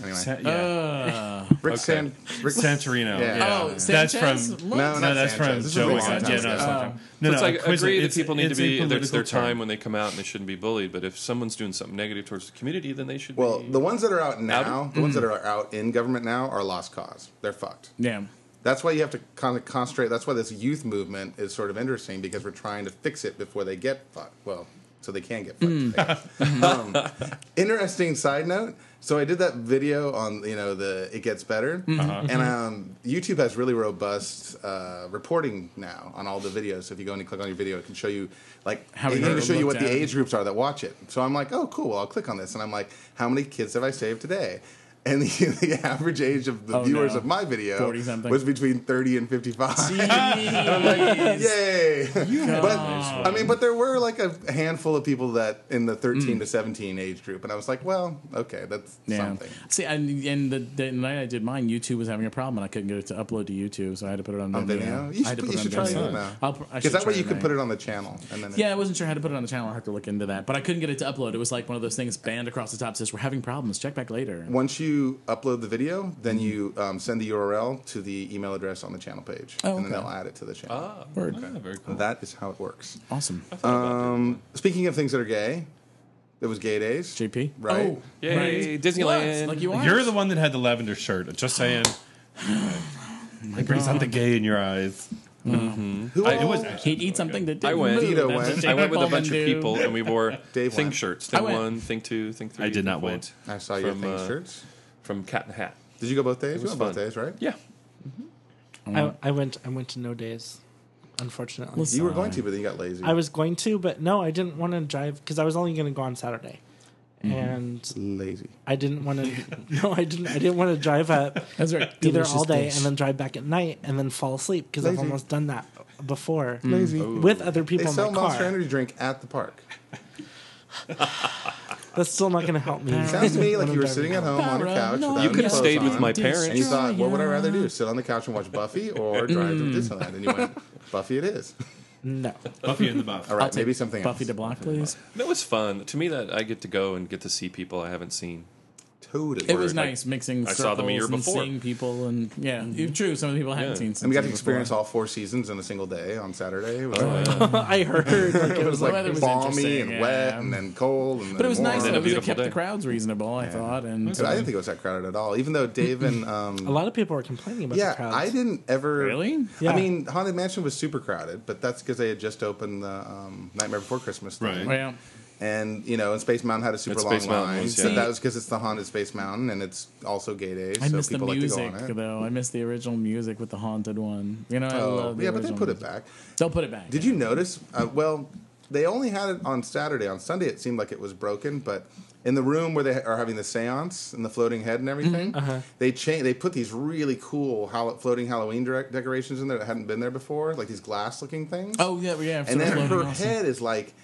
Anyway, Sa- yeah. Rick okay. San. Rick Santorino. Yeah. Yeah. Oh, that's from. No, not No, that's Sanchez. from This is Joe. really Wise. Sanchez. Yeah, no, it's not from. No, it's no, Oh. like I quisling- agree that it's- people need to it's a be there's their political term. time when they come out and they shouldn't be bullied. But if someone's doing something negative towards the community, then they should. Well, be. the ones that are out now, the ones that are out in government now, are lost cause. They're fucked. Yeah, That's why you have to kind of concentrate. That's why this youth movement is sort of interesting because we're trying to fix it before they get fucked. Well, so they can get fucked. um, interesting side note. So I did that video on you know the it gets better, and um, YouTube has really robust uh, reporting now on all the videos. So if you go in and click on your video, it can show you like How it many can were show you what looked the at. age groups are that watch it. So I'm like, oh cool, I'll click on this, and I'm like, how many kids have I saved today? And the, the average age of the Oh, viewers no. of my video 40 something. was between 30 and 55. Ah. Yay! but I mean, but there were like a handful of people that in the 13 to 17 age group, and I was like, well, okay, that's Mm. yeah. something. See, and, and the, the night I did mine, YouTube was having a problem, and I couldn't get it to upload to YouTube, so I had to put it on, On video, Oh, you I should, had to put you it on should try it Vimeo. I'll now. pr- I should Because that try way you could now. put it on the channel, and then it- Yeah, I wasn't sure how to put it on the channel. I'll have to look into that. But I couldn't get it to upload. It was like one of those things banned across the top says, We're having problems. Check back later. Once you upload the video, Mm-hmm. then you um, send the URL to the email address on the channel page, Oh, and then okay. they'll add it to the channel. Word. Yeah, very cool. That is how it works. Awesome. Um, speaking of things that are gay, it was gay days. JP? Right. Oh, Yay, right. Disneyland. What? Like you are? You're the one that had the lavender shirt. Just Oh. saying. It brings out the gay in your eyes. Who Oh. It all- was actually. He'd eat something that didn't I went. move. Vito That's went. what I Jacob went with a Bowman bunch of do. people and we wore Dave thing went. shirts. I Thing went. one, thing two, thing three. I did thing not four. went. I saw your From, thing uh, shirts. From Cat in the Hat. Did you go both days? It You was went fun. both days, right? Yeah. Mm. I, I went. I went to no days. Unfortunately, You were going to, but then you got lazy. I was going to, but no, I didn't want to drive because I was only going to go on Saturday, Mm-hmm. and lazy. I didn't want to. no, I didn't. I didn't want to drive up That's right. either Delicious all day dish. and then drive back at night and then fall asleep because I've Lazy. almost done that before Lazy. with other They people in sell my car. Monster Energy drink at the park. That's still not going to help me. Sounds to me like when you I'm were driving sitting at home. home on a couch. Paranoia. without You any could have clothes stayed with on, my And you parents. thought, what would I rather do? Sit on the couch and watch Buffy Mm. or drive to Disneyland? And you went, Buffy it is. No, Buffy and the Buff. All right, I'll maybe take something Buffy else. to block, please. That was fun. To me, that I get to go and get to see people I haven't seen. Totally. It was Like, nice mixing. I saw them a circles year and before. Seeing people and yeah, you- true. Some of the people I hadn't Yeah. seen. Since Mm-hmm. And we got to then experience before. Oh, all four seasons in a single day on Saturday. It was, like, I heard. Like, it was the weather like was balmy interesting, and yeah. wet and then cold. And But it was nice that And a it, was, it beautiful kept the day. crowds reasonable. I thought, and I didn't think it was that crowded at all, even though Dave and um, a lot of people were complaining about the Yeah, crowds. I didn't ever. Really? Yeah. I mean, Haunted Mansion was super crowded, but that's because they had just opened the um, Nightmare Before Christmas thing. Right. well, And, you know, and Space Mountain had a super And long Space Mountain line. was, But yeah. that was because it's the Haunted Space Mountain and it's also Gay Days, I so miss the people like to go music on it. though. I miss the original music with the haunted one. You know, I Oh, love the yeah, but they original put it music. back. They'll put it back. Did you notice? Uh, well, they only had it on Saturday. On Sunday, it seemed like it was broken, but in the room where they ha- are having the seance and the floating head and everything, they cha- they put these really cool hall- floating Halloween direct- decorations in there that hadn't been there before, like these glass looking things. Oh yeah, yeah. and then her also. head is like.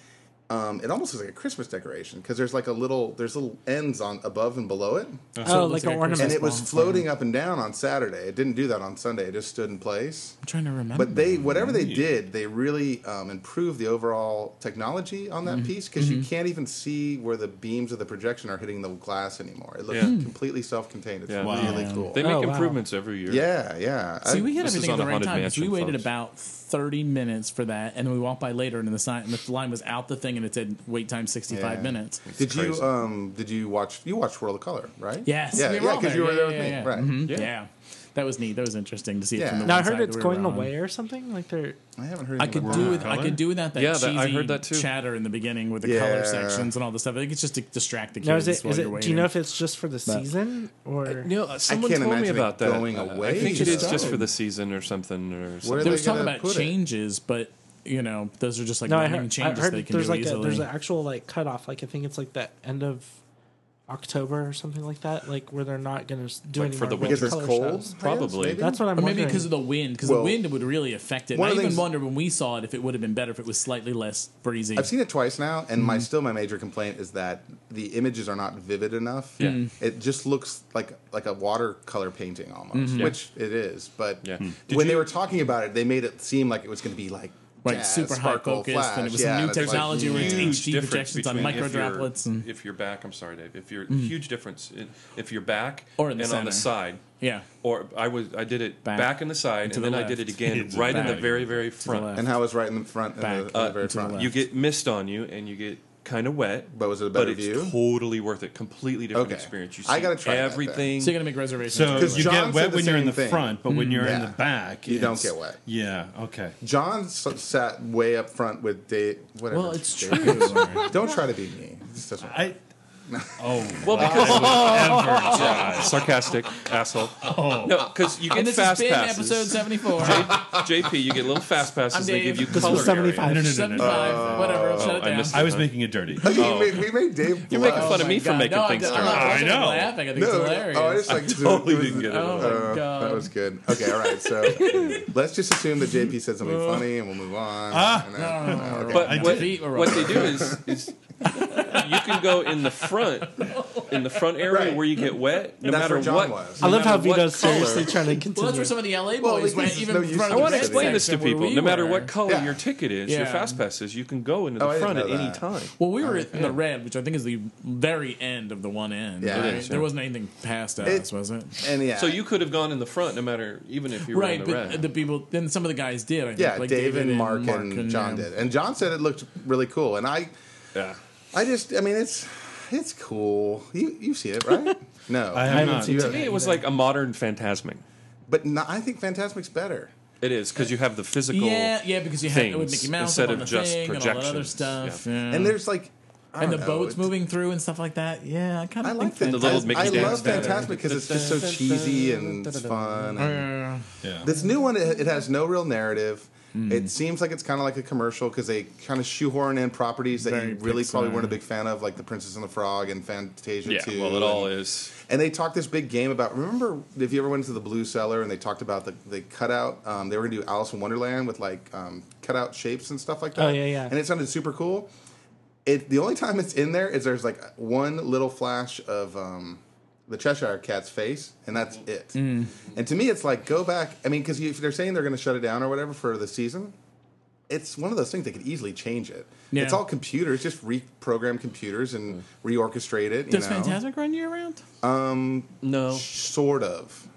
Um, it almost looks like a Christmas decoration because there's like a little there's little ends on above and below it, oh, like like an a ornament. and it was ball. floating up and down on Saturday. It didn't do that on Sunday; it just stood in place. I'm trying to remember. But they, whatever they did, they really um, improved the overall technology on that piece 'cause piece because you can't even see where the beams of the projection are hitting the glass anymore. It looks Yeah. completely self-contained. It's Yeah. really Hmm. Wow. cool. They make Oh, wow. improvements every year. yeah, yeah. I- See, we had This is everything at on the a right haunted time because we mansion, waited folks. about thirty minutes for that, and then we walked by later, and the sign, the line was out the thing thing and it said wait time 65 Yeah. minutes. Did crazy. you um did you watch you watched World of Color right? Yes, yeah, we yeah, were all because you were yeah, there with yeah, me, yeah. right? Mhm. Yeah. Yeah. that was neat. That was interesting to see it Yeah. from the Now, Now I one side heard that it's we were going on. away or something. Like they're I haven't heard. I anything could about do that. with I color? could do without that Yeah, cheesy that- I heard that too. chatter in the beginning with the Yeah. color sections and all the stuff. I think it's just to distract the kids now is it, while is you're it do waiting. you know if it's just for the season or You know, someone can't told me imagine it about that. going away. I think it is Just just for don't. the season or something. Or Where something. they there was talk gonna about put it? changes, but you know those are just like no? I random heard, I changes heard they can there's do like a, easily. there's an actual like cutoff. Like I think it's like the end of October or something like that. Like where they're not going to do Like, any for more the World because of it's Color cold. shows. I guess, Probably. maybe? That's what I'm Or maybe wondering. because of the wind, because Well, the wind would really affect it. And one I of the even things- wonder when we saw it if it would have been better if it was slightly less breezy. I've seen it twice now, and Mm-hmm. my still my major complaint is that the images are not vivid enough. Yeah. Mm. it just looks like like a watercolor painting almost, Mm-hmm. which it is. But Yeah. Mm. when they were talking about it, they made it seem like it was going to be like Right, yeah, super high sparkle, focused, flash. and it was yeah, some new and it's like, technology where it's huge HD difference projections on between micro if you're- droplets. And, Mm-hmm. If you're back, I'm sorry, Dave. If you're huge difference, in, if you're back Or in the and on the side, yeah. or I was I did it Back. back, in the side, To and the then I left. did it again It's right in the back. very very front. left. and how it's right in the front, Back, uh, and the, in the very to the front. left. You get mist on you, and you get kind of wet. But was it a but better view? It's totally worth it. Completely different Okay. experience. You see I gotta try that then. everything. So you're going to make reservations. So for it. you John get said wet the when you're in same the thing. front, but when you're in Yeah. the back, You don't it's- get wet. Yeah. Okay. John s- sat way up front with Dave. Whatever. well, it's Dave. true. Don't try to be me. This doesn't work. I. Oh. well, because ever. Yeah, sarcastic asshole. Oh. No, because you get and this has fast been passes. episode 74. JP, you get little fast passes. I'm they Dave. give you This was color was area. No, no, no, 75. no, 75, no. whatever. shut it I down. missed I was making it dirty. You Oh. made- we made Dave. You're making blush. fun of me for God, making no, things I'm, dirty. I'm, I know. laughing. I think No, it's no, hilarious. oh, I just like it totally was- didn't get it. Oh my God. That was good. Okay, all right. So let's just assume that JP said something funny, and we'll move on. And then- okay. But I what, did. what they do is, is you can go in the front, in the front area Right. where you get wet, no That's matter where John what. was. I no love how matter what Vito's color- seriously trying to continue. Well, that's where some of the Well, LA at boys least went there's even no in use front to of I the it. want to red explain this to section where people. we no matter were. what color Yeah. your ticket is, Yeah. your fast passes, you can go into the Oh, I didn't front at know any that. time. Well, we were in the red, which I think is the very end of the one end. Yeah. right? It is, there yeah. wasn't anything past us, It- was it? and yeah, So you could have gone in the front, no matter even if you were Right, in but the red. the people. Then some of the guys did. I think, yeah, like Dave, and Mark and, John yeah. did, and John said it looked really cool, and I, yeah. I just, I mean, it's, it's cool. You you've seen it, right? No, I I have haven't not. seen You it. To me, it was like a modern Fantasmic. but no, I think Fantasmic's better. It is because you have the physical. Yeah, yeah, because you had it with things Mickey Mouse instead up on of the just thing and all that other projections. stuff, Yeah. yeah. And there's like, I and the don't know, boats it's- moving through and stuff like that. Yeah, I kind I of like think the the little Fantas- Mickey I dance love better. Fantasmic because it's just so cheesy and it's fun. and- that- Yeah. This new one, it it has no real narrative. Hmm. It seems like it's kind of like a commercial because they kind of shoehorn in properties that Very you really probably Pixar. weren't a big fan of, like The Princess and the Frog and Fantasia Yeah, 2. well, it all and, is. And they talked this big game about. Remember if you ever went into the Blue Cellar and they talked about the they cut out. Um, they were gonna do Alice in Wonderland with like um, cut out shapes and stuff like that. Oh, yeah, yeah. And it sounded super cool. It the only time it's in there is there's like one little flash of um, the Cheshire Cat's face, and that's it. Mm. And to me, it's like go back. I mean, because if they're saying they're gonna shut it down or whatever for the season. It's one of those things they could easily change it. Yeah. It's all computers, just reprogram computers Mm. and reorchestrate it. You Does know? Fantasmic run year round? No. sort of.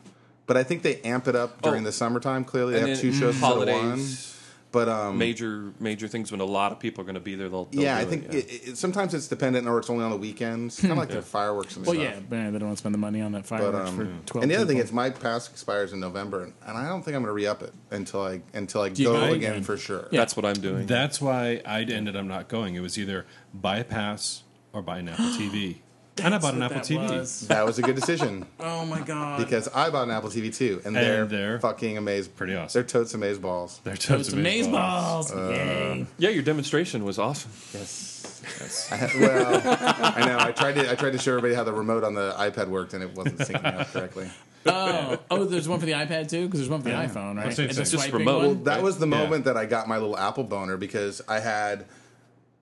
But I think they amp it up during Oh. the summertime. Clearly, they And have then two shows instead of one. holidays, But um, Major major things when a lot of people are going to be there. They'll, they'll yeah, do I it, think yeah. Hmm. It, it, sometimes it's dependent, or it's only on the weekends. Kind of like their fireworks and Well, stuff. yeah, man, they don't want to spend the money on that But fireworks um, Hmm. for twelve. and the other thing people. is, my pass expires in November, and I don't think I'm going to re up it until I until I you go go again, again? for sure. that's what I'm doing. That's why I ended up not going. It was either buy a pass or buy an Apple TV. and I bought an That's Apple what TV. that was. That was a good decision Oh my god! because I bought an Apple TV too, And and, they're, they're fucking amazing. pretty awesome. They're totes amazing balls. They're totes Toast of Amaze baseball. balls! Uh, Yay! yeah, your demonstration was awesome. Yes. I, well, I know. I tried to I tried to show everybody how the remote on the iPad worked, and it wasn't syncing up correctly. Oh, oh, there's one for the iPad too, because there's one for the iPhone, right? Same It's thing. a It's just swiping remote. one? Well, that was the Yeah. moment that I got my little Apple boner because I had,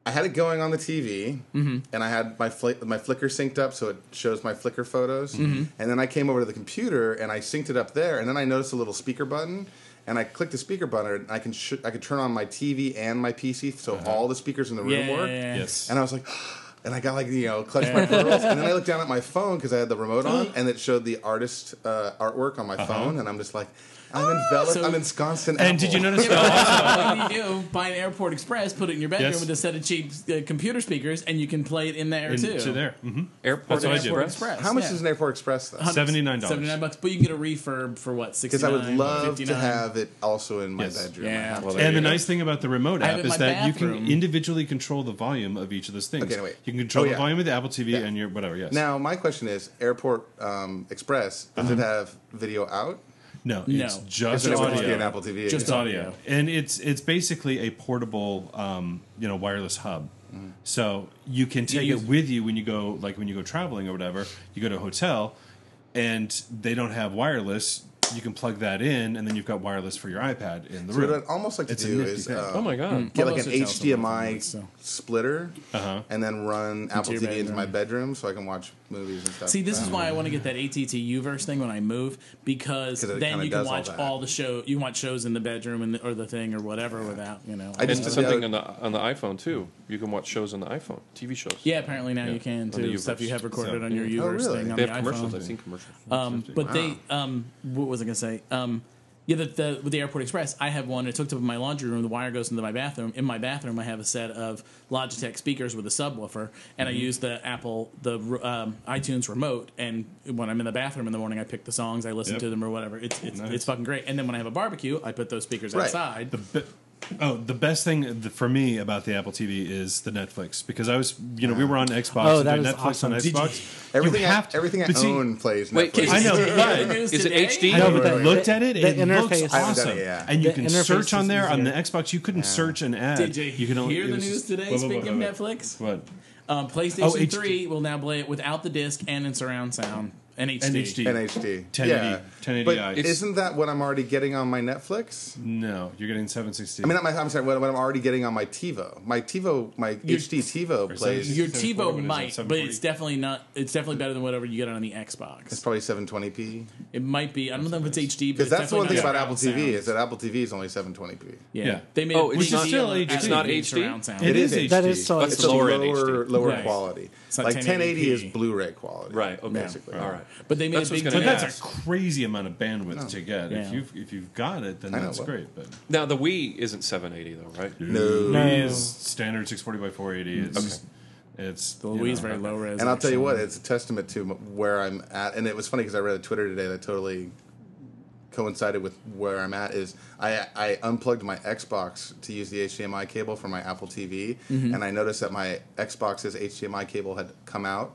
I had it going on the TV, Mm-hmm. and I had my fl- my Flickr synced up, so it shows my Flickr photos. Mm-hmm. And then I came over to the computer and I synced it up there, and then I noticed a little speaker button, and I clicked the speaker button, and I can sh- I could turn on my TV and my PC, so all the speakers in the room Uh-huh. yeah, worked. yeah, yeah. Yes. And I was like, and I got like, you know, clutched my pearls. And then I looked down at my phone because I had the remote on and it showed the artist uh, artwork on my phone. And I'm just like, I'm enveloped. So- I'm ensconced in. Uh-huh. And did you Apple. notice? Oh, what do you do? Buy an Airport Express, put it in your bedroom Yes. with a set of cheap uh, computer speakers, and you can play it in there too. to there. hmm Airport That's what I do. Express. Express. How much yeah. is an Airport Express though? $79. Seventy nine bucks, but you can get a refurb for what? Sixty. Because I would love 59? to have it also in my Yes. bedroom. Yeah. I have Well, to- there And the you go. nice thing about the remote have app it in is my that you bathroom. can individually control the volume of each of those things. Okay, no, wait. You can control Oh, the yeah. volume of the Apple TV Yeah. and your whatever. Yes. Now my question is, Airport um, Express does Uh-huh. it have video out? no, No. it's just Is it supposed to be audio. an Apple TV? Just It's audio, audio. and it's it's basically a portable, um, you know, wireless hub. Mm-hmm. So you can take you- it with you when you go, like when you go traveling or whatever. You go to a hotel, and they don't have wireless. You can plug that in, and then you've got wireless for your iPad in the What room. I'd almost like to It's a do nifty is thing. uh, Oh my god. get Well, like those an are telephone HDMI remotes, so. splitter, Uh-huh. and then run Apple your TV into bedroom. my bedroom so I can watch movies and stuff. See, this is Um, why I want to get that ATT Uverse thing when I move because 'Cause it then kinda you can does all watch all, that. the show. You can watch shows in the bedroom and the, or the thing or whatever without you know. I And just- it's something on the on the iPhone too. You can watch shows on the iPhone, TV shows. yeah, apparently now you can on the too. Stuff Uverse. you have recorded So- on your Uverse Oh, really? thing on They the have commercials. iPhone. I've seen commercials. Um, but they, um, what was I going to say? Um, yeah, the, the, with the Airport Express, I have one. It's hooked up in my laundry room. The wire goes into my bathroom. In my bathroom, I have a set of Logitech speakers with a subwoofer, and I Mm-hmm. use the Apple, the um, iTunes remote. And when I'm in the bathroom in the morning, I pick the songs, I listen Yep. to them or whatever. It's it's, Nice. it's fucking great. And then when I have a barbecue, I put those speakers Right. outside. The be- oh, the best thing th- for me about the Apple TV is the Netflix because I was, you know, we were on Xbox. Oh, and that did is Netflix awesome. on Did you- Xbox. everything you I, have to- everything I but see- own plays. Wait, Netflix. I know, Did you but hear the news is it today? HD? I know, but Right, I right, looked right. at it. The It looks interface is- I haven't done awesome, it yet. and you The can interface search on is there on the easier. Xbox. You couldn't search an ad. Did you, can only- hear it the was news just- today? whoa, whoa, whoa, Speaking whoa, of whoa. Netflix, What? um, PlayStation Oh, HD. 3 will now play it without the disc and in surround sound and HD. NHD. NHD. 1080 yeah. 1080i. But It's- isn't that what I'm already getting on my Netflix? No, you're getting 760. I mean, not my, I'm sorry, what, what I'm already getting on my TiVo. My TiVo, my HD TiVo plays. Your It's TiVo 740, what might, is it, but it's 740? definitely not. It's definitely better than whatever you get on the Xbox. It's probably 720p. It might be. I don't know if it's HD, but Because it's that's the one thing definitely not about Apple TV surround is that Apple TV is only 720p. Yeah. Yeah. they made. Oh, it it's HD not- on- it's actually not made HD? surround sound. It is HD. HD. That is so But it's a lower lower end lower, HD. Right. quality. It's not Like 1080 is 1080p. Blu-ray quality. Right. Okay. Basically. All right. But they made That's a big what's but gonna deal. Yeah. that's a crazy amount of bandwidth to get. Yeah. If you've if you've got it, then I know, that's well- great. But Now the Wii isn't 780 though, right? No. it No. is standard 640 by Mm, 480. It's it's The Louis you know, very low res. And I'll tell you actually. what, it's a testament to m- where I'm at. And it was funny because I read a Twitter today that totally coincided with where I'm at. Is I I unplugged my Xbox to use the HDMI cable for my Apple TV, and I noticed that my Xbox's HDMI cable had come out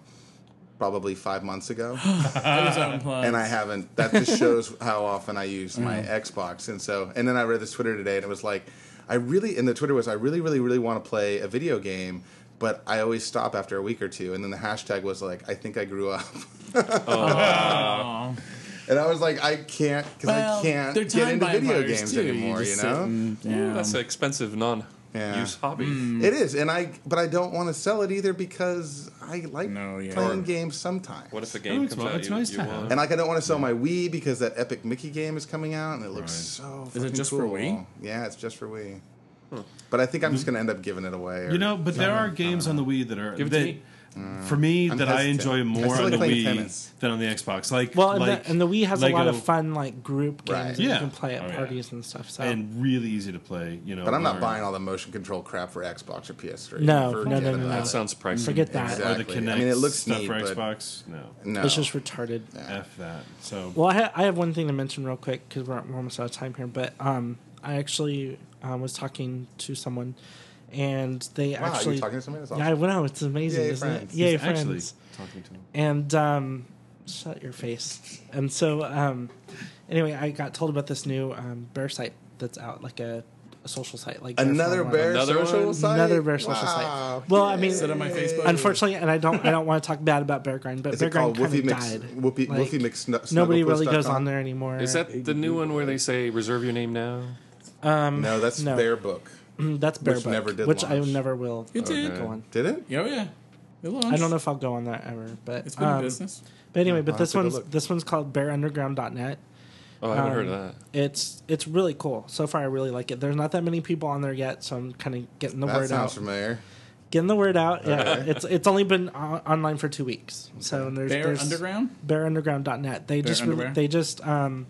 probably five months ago, It was unplugged. and I haven't. That just shows how often I use my Mm. Xbox. And so, and then I read this Twitter today, and it was like, I really. And the Twitter was, I really, really, really want to play a video game. But I always stop after a week or two, and then the hashtag was like, "I think I grew up." Aw. And I was like, I can't because Well, I can't they're get time into video vampires, games too. You anymore. You, just sit know, and- Ooh, yeah. that's an expensive non-use Yeah. hobby. it is, and I but I don't want to sell it either because I like No, yeah. playing games sometimes. What if a game it's comes well- out? it's you, nice you to want- have. and like I don't want to sell my Wii because that Epic Mickey game is coming out and it looks so. Is it fucking just for cool. Wii? Yeah, it's just for Wii. But I think I'm Mm-hmm. just going to end up giving it away. Or, You know, but there are games on the Wii that are Give it to that, me. for me I'm that I hesitant. I enjoy more still on like the playing Wii tennis. than on the Xbox. Like Well, and, like the, and the Wii has a lot Lego of fun like group games Right. that Yeah. you can play at Oh, yeah. parties and stuff. So and really easy to play. You know, but I'm not learn. buying all the motion control crap for Xbox or PS3. No, Forget no, no, no, about no. it. That sounds pricey. forget that. Exactly. the Kinect I mean, it looks stuff neat, for but- Xbox. No, No. It's just retarded. f that. So Well, I, ha- I have one thing to mention real quick because we're, we're almost out of time here. But um, I actually um, was talking to someone, and they wow, actually you're talking to somebody that's yeah, I awesome. know it's amazing, Yay, isn't friends. it? Yay, He's actually friends! talking to him. And um, shut your face. And so, um, anyway, I got told about this new um, bear site that's out, like a, a social site, like Bear Another Farm. bear Another social one? site. Another bear social site. Wow, Well, I mean- Sit on my Facebook. Unfortunately, and I don't, I don't want to talk bad about Bear Grind, but Is Bear it called Grind Woofy kind of Mix? died. Woofy, Like, Woofy Mix? Nobody really goes on there anymore. Is that the new one where they say reserve your name now? Um, No, that's No. Bear Book. Mm, That's Bear Which Book, never did which launch. I never will. Oh, It did. Go on. Did it? Oh yeah, It launched. I don't know if I'll go on that ever, but It's been um, in business. But anyway, I'll but have this to go one's look. this one's called BearUnderground.net. Oh, I haven't Um, heard of that. It's it's really cool. So far, I really like it. There's not that many people on there yet, so I'm kind of getting the That word sounds out. familiar. Getting the word out. Yeah, it's it's only been on- online for two weeks. So there's Bear there's Underground. BearUnderground.net. They just re- Underwear? they just um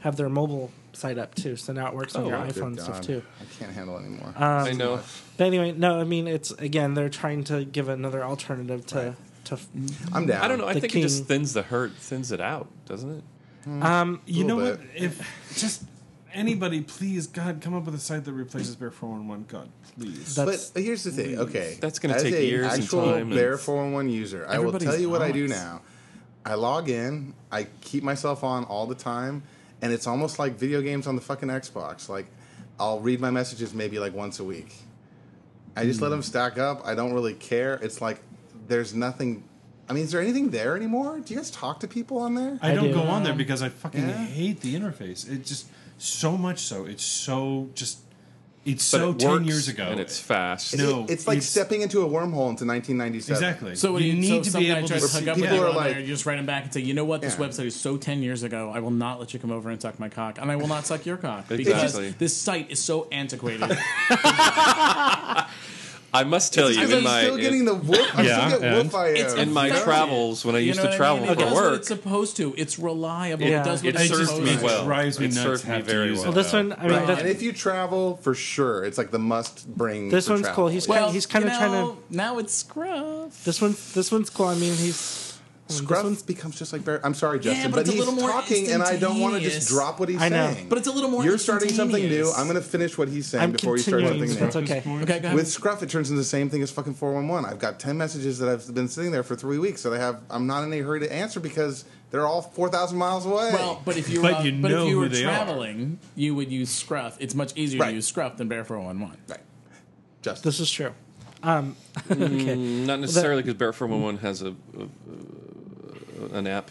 have their mobile site up too, so now it works on your Oh, Good iPhone stuff God. too. Um, I can't handle anymore. I know. But anyway, no, I mean it's again they're trying to give another alternative to to Mm. f- I'm down. I don't know. I The think it just king- thins the hurt, thins it out, doesn't it? um You know Little what? bit. If just anybody, please, God, come up with a site that replaces Bear 411. God, please. that's But here's the thing. Okay, That's gonna As take a years and Actual time and- Bear four one one user. I will tell Everybody's you what I do honest. now. I log in. I keep myself on all the time, and it's almost like video games on the fucking Xbox. Like, I'll read my messages maybe like once a week. I just Hmm. let them stack up. I don't really care. It's like there's nothing. I mean, is there anything there anymore? Do you guys talk to people on there? I I don't do. go on there because I fucking Yeah. hate the interface. It just so much so. It's so just. It's But so it ten works years ago, and it's fast. It- No, it's like it's- stepping into a wormhole into 1997. exactly. So when you, need so to some be guy tries to hook up with people you are on like- there, you just write him back and say, you know what, this Yeah. website is so ten years ago. I will not let you come over and suck my cock, and I will not suck your cock Exactly. because this site is so antiquated. I must tell you, I'm in still my getting the wolf. I Yeah, still get and- wolf I It's am. in my Effective. travels when I you used know to what travel I mean? It for does what work. it's supposed to. It's reliable. Yeah. It does what It it's serves supposed me to. well. drives me It nuts served me having to very use well. it. well this one I mean Right. that- And uh, if you travel, for sure, it's like the must bring. This for one's travel. cool. He's- Well, He's kinda you trying to- know, now it's scruff. this one's this one's cool. I mean he's this Scruff one's- becomes just like Bear. I'm sorry, Justin, but but, it's a he's little more talking, and I don't want to just instantaneous. drop what he's I know. saying. But it's a little more You're starting something new. instantaneous. I'm going to finish what he's saying I'm before you start continuing. something That's new. okay. Okay, go ahead. With Scruff, it turns into the same thing as fucking 411. I've got 10 messages that I've been sitting there for three weeks that I have. I'm not in any hurry to answer because they're all 4,000 miles away. Well, but if you were, But out- you but know if you who were they are. traveling, you would use Scruff. It's much easier Right. to use Scruff than Bear 411. right, Justin, This is true. Um okay. Not necessarily because Bear 411 has a, a- an app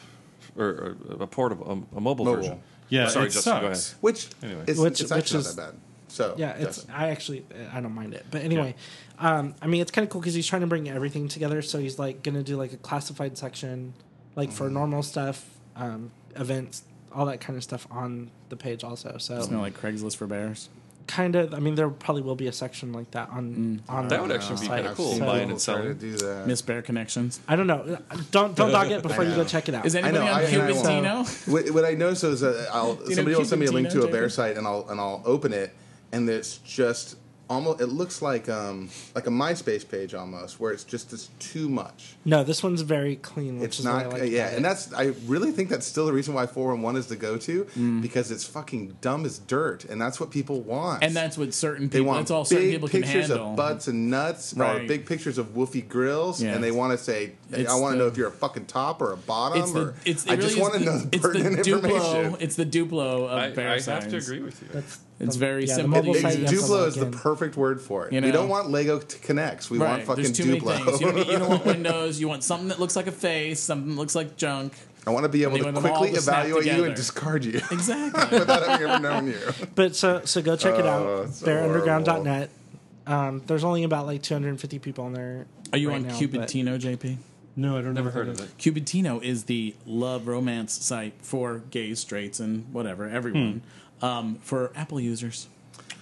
or a, a portable, a, a mobile, Mobile. version. Yeah, sorry, it Justin, go sucks. ahead. which Anyway. is Which- it's actually which is- not that bad. So Yeah, it's. Justin. I actually, I don't mind it. But anyway, um, I mean, it's kind of cool because he's trying to bring everything together. So he's like going to do like a classified section, like for normal stuff, um, events, all that kind of stuff on the page also. It's not So like Craigslist for bears. kind of, I mean, there probably will be a section like that on on That would the actually be site. kinda cool, So, People buying and try to selling. do that. Miss Bear Connections. I don't know. Don't don't dog it before you go know. check it out. Is anybody know, on I- and I Cupertino? what, what I notice is that I'll know somebody will send me a link to a Cupertino, bear Jacob? site, and I'll and I'll open it, and it's just almost it looks like um like a MySpace page almost, where it's just it's too much. no, this one's very clean, which It's is not what I like. yeah, about and it. that's I really think that's still the reason why four and one is the go to Mm. because it's fucking dumb as dirt, and that's what people want. And that's what certain they people. want That's all certain big people can pictures handle. Mm-hmm. of butts and nuts, or Right. big pictures of woofy grills, Yeah. and they want to say, It's "I want to the- know if you're a fucking top or a bottom." it's or the it's it I really just is want to the- know the it's the pertinent information. Duplo. It's the Duplo of I, bear I have to signs. agree with you. That's It's the- very yeah, the simple to mobile use. site you have to Duplo is the log in. perfect word for it. You We know? don't want Lego to connects. We want Right. fucking There's too many things. You Duplo. don't, you don't want Windows. You want something that looks like a face, something that looks like junk. I want to be able They to want them all quickly to snap evaluate you and together. discard you Exactly. without having ever known you. But so so go check it Oh, out. it's BearUnderground.net. Um, there's only about like 250 people on there. Are you right on now, but- Cupertino, JP? No, I don't Never know what heard that of is. it. Cupertino is the love romance site for gays, straights, and whatever everyone um, for Apple users.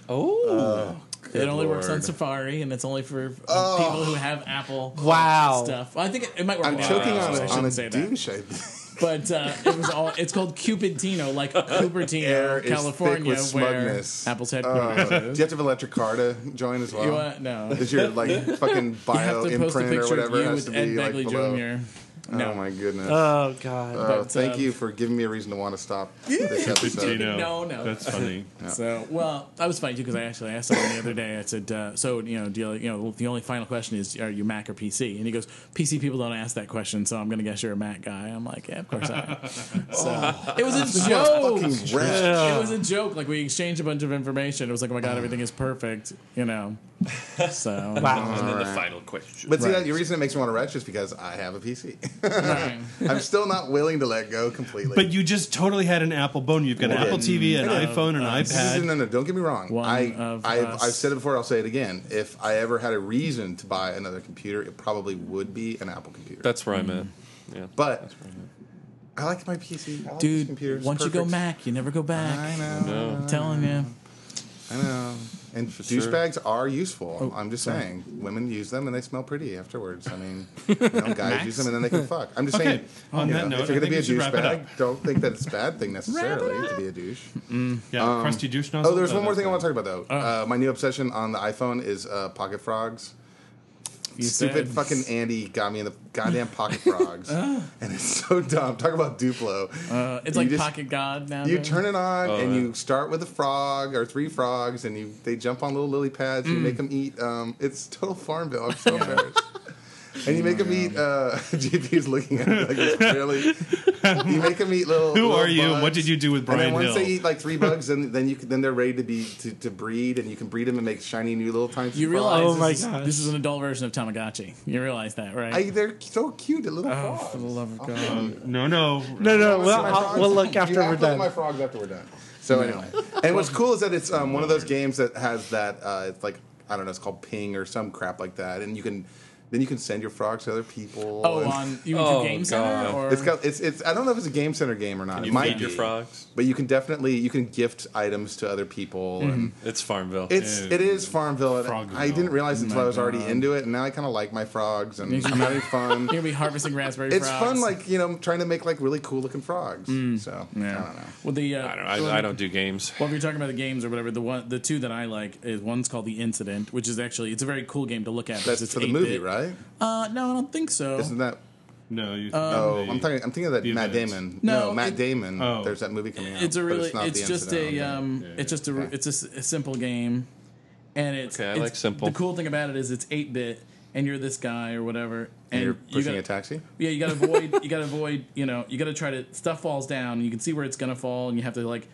Hmm. Oh, it only works on lord. Oh. Safari, and it's only for uh, people who have Apple Wow. stuff. Well, I think it, it might work. I'm with Android choking on users, I a, on shouldn't a say that. douche. I think. But uh, it was all. It's called Cupertino, like Air Cupertino, is thick California, with where smugness. Apple's Uh, headquarters do you is. have to have Electric Car to join as well? You want no? You Is your like fucking have bio to post a imprint or picture of whatever you has to with Ed be like Begley below? Jr. Oh my goodness. Oh god. Oh, but, thank uh, you for giving me a reason to want to stop this episode. Cupertino. No, no. That's funny. So, well, that was funny too because I actually asked someone the other day. I said, uh, "So, you know, do you, you know, the only final question is, are you Mac or PC?" And he goes, "PC people don't ask that question, so I'm going to guess you're a Mac guy." I'm like, "Yeah, of course I am." So it was a joke. Oh. Fucking wretch. It was a joke. Like we exchanged a bunch of information. It was like, "Oh my god, everything is perfect," you know. So Wow. and then the final question. But see, Right. the reason it makes me want to retch is because I have a PC. right. I'm still not willing to let go completely. But you just totally had an Apple bone. You've got an I Apple did. TV, an iPhone, an no, iPad. no, no, don't get me wrong. One I, of I've, us. I've said it before. I'll say it again. If I ever had a reason to buy another computer, it probably would be an Apple computer. That's where I'm Mm. at. Yeah. but I like my PC. I like this dude. computer. It's Once you go perfect. Uh, Mac, you never go back. I know. I'm telling you. I know. And douchebags are useful. I'm just saying, women use them and they smell pretty afterwards. I mean, you know, guys use them and then they can fuck. I'm just Okay. saying. On you that note, if you're I going to be a think we should wrap it douchebag, don't think that it's a bad thing necessarily to be a douche. Yeah, crusty douche nozzle. Oh, there's one more that's thing I want fine. to talk about though. Uh, my new obsession on the iPhone is uh, pocket frogs. You Stupid said- fucking Andy got me in the goddamn pocket frogs, Uh. and it's so dumb. Talk about Duplo. Uh, it's You like just- Pocket God now. You though. turn it on Oh, and yeah. you start with a frog or three frogs, and you they jump on little lily pads. Mm. You make them eat. Um, it's total Farmville. I'm so embarrassed. And you make them eat. Uh, JP's looking at me like it's really. You make them eat little. Who little are you? and What bugs. did you do with And Brian then once Hill? they eat like three bugs, then then you can, then they're ready to be to, to breed, and you can breed them and make shiny new little tiny. You frogs. realize Oh this, my is, gosh. this is an adult version of Tamagotchi. You realize that, right? I, they're so cute, the little oh, frogs. for the love of God. no, no, No, no, we'll, Listen, my I'll, frogs- we'll look you after have we're to look at done. My frogs after we're done. So anyway, and what's cool is that it's um, one of those games that has that. Uh, it's like I don't know. It's called Ping or some crap like that, and you can then you can send your frogs to other people. Oh, and- on you Oh, do Game Center God. or It's got it's it's. I don't know if it's a game center game or not. it You might feed your be. frogs. but you can definitely you can gift items to other people. And Mm-hmm. It's Farmville. it's it is Farmville. and Frogville. I didn't realize until I was already into it, and now I kind of like my frogs, and I'm having fun. you're gonna be harvesting raspberry. It's fun, frogs. like you know, trying to make like really cool looking frogs. Mm. So I don't know. well, the uh, I don't. I, I don't do games. Well, if you're talking about the games or whatever, the one, the two that I like is one's called The Incident, which is actually it's a very cool game to look at. because That's it's for the movie, 8-bit. right? Uh, no, I don't think so. Isn't that? no. Um, You, Oh, they- I'm talking. I'm thinking of that the Matt event. Damon. No, No, Matt it- Damon. Oh. There's that movie coming out. it's a but really, not it's, The just Incident, a, okay. um, it's just a, Okay. it's a, s- a simple game, and it's Okay, I it's- like simple. The cool thing about it is it's eight bit, and you're this guy or whatever, and You're you pushing gotta- a taxi. Yeah, you gotta avoid. you gotta avoid. You know, you gotta try to stuff falls down, and you can see where it's gonna fall, and you have to like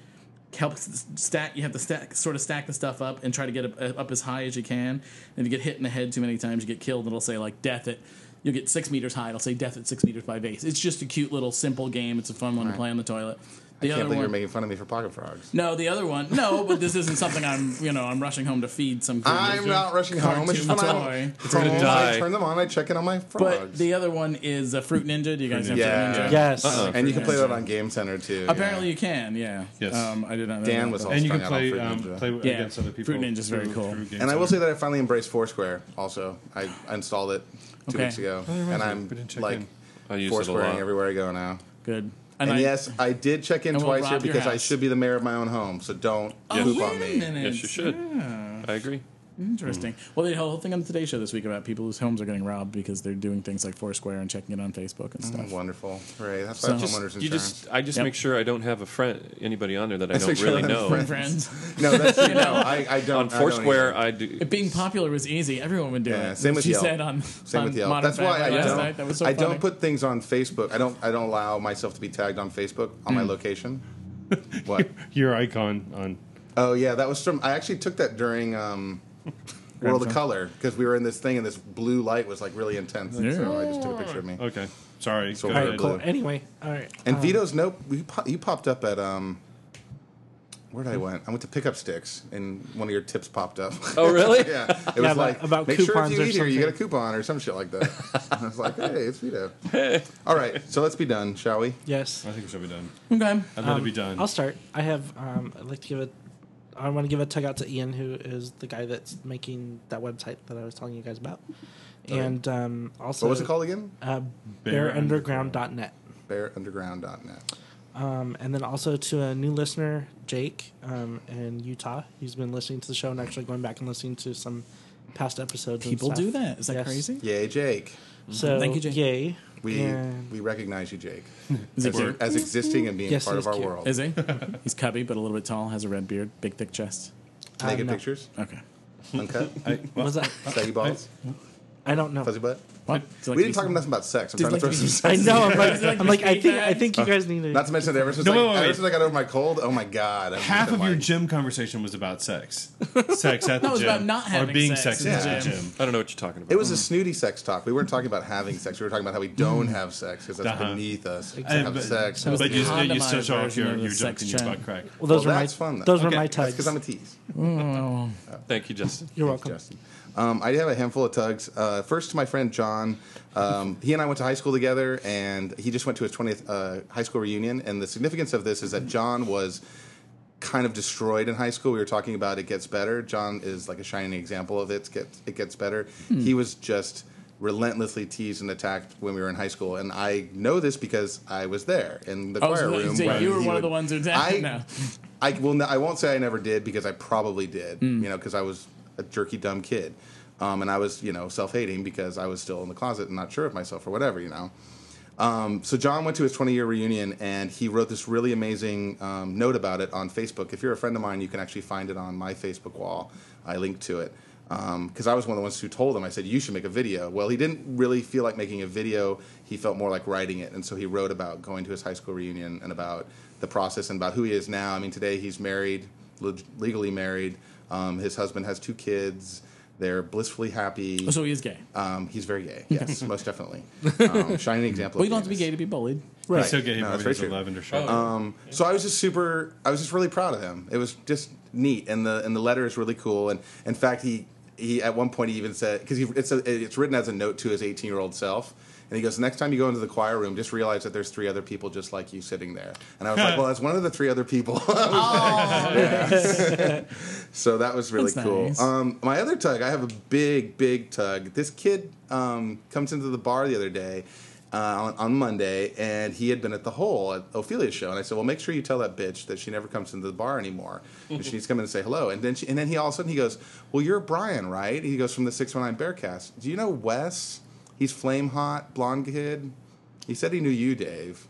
help s- stack. You have to stack, sort of stack the stuff up, and try to get up, uh, up as high as you can. And if you get hit in the head too many times, you get killed. And it'll say like death at. You'll get six meters high. It'll say death at six meters by base. It's just a cute little simple game. It's a fun one to play on the toilet. The Can't believe one, you're making fun of me for pocket frogs. no, the other one, no. But this isn't something I'm. You know, I'm rushing home to feed some. I'm not rushing home. It's just when cartoon I, toy. it's We're gonna I die. turn them on. I check in on my frogs. But the other one is uh, Fruit Ninja. Do you guys know Yeah. Fruit Ninja? Yes. Uh-uh. Oh, and you can play that on Game Center too. Apparently, you can. Yeah. Yes. Um, I did not. know Dan that, was but- all and you can strung out play on Fruit um, Ninja. play Yeah, against other people. Fruit Ninja's very through- cool. through Game And I will say Center. that I finally embraced Foursquare. Also, I I installed it two Okay. weeks ago, reminds and me, I'm Oh, we didn't check like in. I use it a Foursquaring lot. everywhere I go now. good. And I, yes, I did check in and we'll twice here rob your because I house. should be the mayor of my own home. So don't Oh, poop wait on a me. minute. Yes, you should. I agree. Interesting. Well, they had a whole thing on the Today Show this week about people whose homes are getting robbed because they're doing things like Foursquare and checking it on Facebook and stuff. Wonderful, right? That's why Just- homeowners You insurance. just. I just Yep. make sure I don't have a friend, anybody on there that I Let's don't make sure really I don't have know. friends. Friends, no, that's you know, I, I don't. I On don't Foursquare, either. I do. It being popular was easy. Everyone would do Yeah, it. same with she Yelp. said on Same on with Yelp. Modern That's why I Family last don't. night. That was so I don't funny. put things on Facebook. I don't. I don't allow myself to be tagged on Facebook on Hmm. my location. What? your icon on. Oh yeah, that was from. I actually took that during um, World of Color because we were in this thing and this blue light was like really intense. So I just took a picture of me. Okay, sorry. So Go we're all ahead. right, cool. Anyway, all right. And um, Vito's nope. You, po- you popped up at um. Where did I went? I went to pick up sticks, and one of your tips popped up. Oh really? yeah, it was about- like about make sure if coupons you or eat here, you get a something. coupon or some shit like that. I was like, hey, it's Vito. All right, so let's be done, shall we? Yes. I think we should be done. Okay. I'd rather be done. I'll start. I have. Um, I'd like to give a. I want to give a tug out to Ian, who is the guy that's making that website that I was telling you guys about, and um, also What was it called again? Uh, Bear BearUnderground.net. BearUnderground.net. Um, and then also to a new listener, Jake, um, in Utah. He's been listening to the show and actually going back and listening to some past episodes. and People stuff. do that. Is that Yes. crazy? Mm-hmm. Yay, Jake. So Thank you, Jake. Yay. We And- we recognize you, Jake, Is as, he cute? as existing and being Yes, part of he's our cute. world. Is he? He's cubby but a little bit tall. Has a red beard, big thick chest. Naked Uh, no. pictures, Okay. uncut, Was that? saggy balls, I don't know. fuzzy butt. What? Does he like We to didn't be- talk nothing about sex. I'm Did trying to like throw to some be- sex. I know. I'm like, like I'm like I big think I bags? think you guys need to. Not to mention that ever since, No, like, wait, wait, ever wait. since I got over my cold, oh my god! I've just Half been of your like- gym conversation was about sex, sex at the No, it was gym, about not or having being sex sexy in the at the gym. gym. I don't know what you're talking about. It was a snooty sex talk. We weren't talking about having sex. We were talking about how we don't have sex because that's Uh-huh. beneath us to Uh, have sex. was but the you, you condomized still show off version your, of the your junk sex and your channel. butt crack. well, those well, were my that's fun. Though. those were my That's because tugs. I'm a tease. Thank you, Justin. You're welcome. Justin. Um, I have a handful of tugs. Uh, first to my friend John. Um, he and I went to high school together, and he just went to his 20th uh, high school reunion. And the significance of this is that John was kind of destroyed in high school. We were talking about it gets better. John is like a shining example of it gets it gets better. Hmm. He was just relentlessly teased and attacked when we were in high school, and I know this because I was there in the Oh, choir so room. you when were he one of would- the ones who did. I No. I will. n- I won't say I never did because I probably did. Hmm. You know, because I was a jerky dumb kid, um, and I was you know self hating because I was still in the closet and not sure of myself or whatever. You know. Um, so John went to his 20 year reunion and he wrote this really amazing um, note about it on Facebook. If you're a friend of mine, you can actually find it on my Facebook wall. I linked to it because I was one of the ones who told him. I said you should make a video. Well, he didn't really feel like making a video. He felt more like writing it, and so he wrote about going to his high school reunion and about the process and about who he is now. I mean, today he's married, le- legally married. Um, his husband has two kids. They're blissfully happy. Oh, So he is gay. Um, he's very gay. Yes, most definitely. Um, shining example. Well, of you don't have to be gayness. gay to be bullied. Right. He's so gay. No, No, that's he very wears a true. lavender Oh, shirt. So I was just super. I was just really proud of him. It was just neat, and the and the letter is really cool. And in fact, he he at one point he even said because it's a, it's written as a note to his 18 year old self. And he goes, next time you go into the choir room, just realize that there's three other people just like you sitting there. And I was like, well, that's one of the three other people. So that was really That's cool. nice. Um, my other tug, I have a big, big tug. This kid um, comes into the bar the other day uh, on, on Monday, and he had been at the hole at Ophelia's show, and I said, "Well, make sure you tell that bitch that she never comes into the bar anymore. And she needs to come in and say hello." And then, she, and then he all of a sudden he goes, "Well, you're Brian, right?" He goes from the Six One Nine Bearcast. Do you know Wes? He's flame hot blonde kid. He said he knew you, Dave.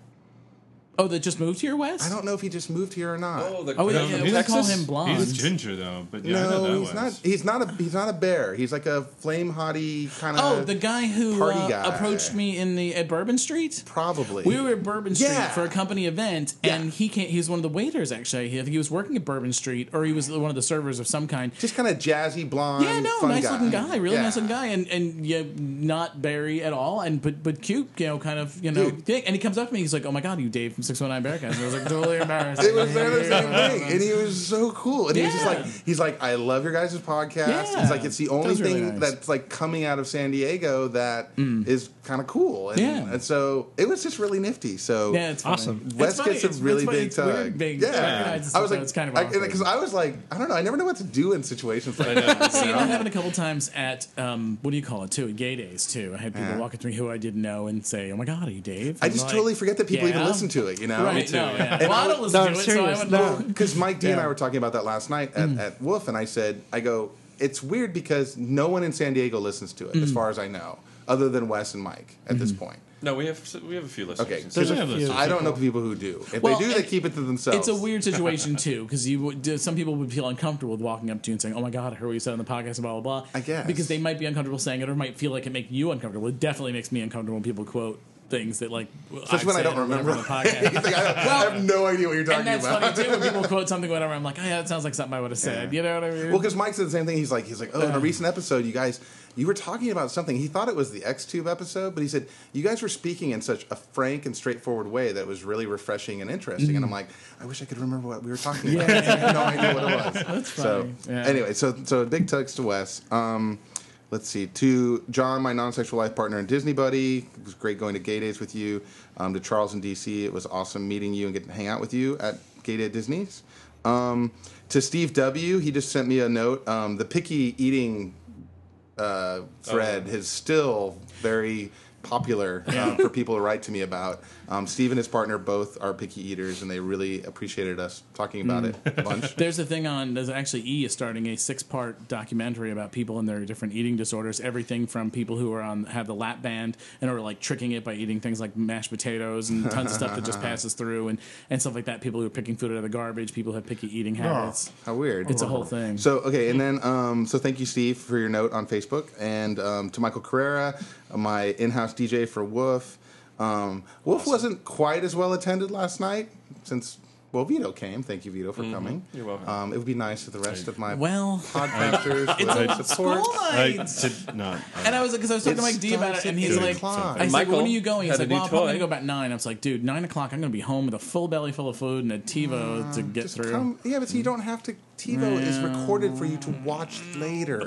Oh, that just moved here, Wes. I don't know if he just moved here or not. Oh, yeah, yeah, we call him blonde. He's ginger though, but yeah, I know No, that he's was. not. He's not a. He's not a bear. He's like a flame hottie kind of. Oh, the guy who party uh, guy. approached me in the at Bourbon Street. probably. We were at Bourbon Street Yeah. for a company event, and Yeah. he came, he was one of the waiters. Actually, he, I think he was working at Bourbon Street, or he was one of the servers of some kind. just kind of jazzy blonde. Yeah, no, fun nice guy. looking guy, really Yeah. nice looking guy, and and yeah, not Barry at all, and but but cute, you know, kind of you know. Dude. thing. And he comes up to me, he's like, "Oh my god, you Dave from Six One Nine Bearcats," and I was like, totally embarrassed. It was the other same thing, and he was so cool. And he was just Yeah. like, he's like, I love your guys' podcast. Yeah. He's like, it's the only was really thing nice. Mm. that's like coming out of San Diego that is kind of cool. And, Yeah. and so it was just really nifty. So Yeah, it's funny. Awesome. It's Wes funny, gets a it's- really it's funny, big it's tug. weird being recognized and I was stuff, like, it's kind of awkward. because I, was like, I don't know, I never know what to do in situations like that. See, that happened a couple times at um, what do you call it too? At gay days too. I had people Yeah. walk up to me who I didn't know and say, "Oh my god, are you Dave?" I And just like, totally forget that people even yeah. listen to it. You know, Right, No, yeah. Well, I don't listen No, to I'm it, so I serious, would no. because Mike D and I were talking about that last night Mm. at, at Wolf, and I said, I go, it's weird because no one in San Diego listens to it, Mm. as far as I know, other than Wes and Mike at this Mm-hmm. point. No, we have we have a few listeners. Okay, and so stuff. There's a few. I don't know people who do. If Well, they do, they it- keep it to themselves. It's a weird situation too, because you would- do- some people would feel uncomfortable with walking up to you and saying, "Oh my God, I heard what you said on the podcast," and blah blah blah. I guess. because they might be uncomfortable saying it, or might feel like it make you uncomfortable. It definitely makes me uncomfortable when people quote things that like Especially when I said don't or whatever remember. on the podcast. It's like, I, don't- I have no idea what you're talking and that's about. funny too when people quote something whatever. I'm like, oh yeah, that sounds like something I would have said. You know what I mean? Well, because Mike said the same thing. He's like, he's like, Uh. oh, in a recent episode, you guys, you were talking about something. He thought it was the X Tube episode, but he said you guys were speaking in such a frank and straightforward way that was really refreshing and interesting. And I'm Mm. like, I wish I could remember what we were talking about. I have no idea what it was. That's So funny. Yeah. anyway, so so big tugs to Wes. Um, let's see, to John, my non-sexual life partner and Disney buddy. It was great going to gay days with you. Um, to Charles in DC, it was awesome meeting you and getting to hang out with you at Gay Day at Disney's. Um, to Steve W, he just sent me a note. Um, the picky eating uh, thread is still very popular uh, for people to write to me about. Um, Steve and his partner both are picky eaters, and they really appreciated us talking about it a bunch. There's a thing on. There's actually E is starting a six part documentary about people and their different eating disorders. Everything from people who are on have the lap band and are like tricking it by eating things like mashed potatoes and tons of stuff that just passes through and and stuff like that. People who are picking food out of the garbage. People who have picky eating habits. Oh, How weird! It's a whole thing. So okay, and then um, so thank you, Steve, for your note on Facebook, and um, to Michael Carrera, my in-house DJ for Wolf. Um, Wolf wasn't quite as well attended last night since well Vito came. Thank you, Vito, for coming. You're welcome. Um, it would be nice if the rest of my well, podcasters would it's a support. school I night. did not. uh, And I was because I was talking to It Mike D about it, starts and at he's eight like, o'clock. I And said, Michael when are you going? He's had a like, new well, I'm probably toy. gonna go about nine. I was like, dude, nine o'clock. I'm gonna be home with a full belly full of food and a TiVo to get Just through. come- yeah, but see, Mm-hmm. you don't have to. TiVo is recorded for you to watch later.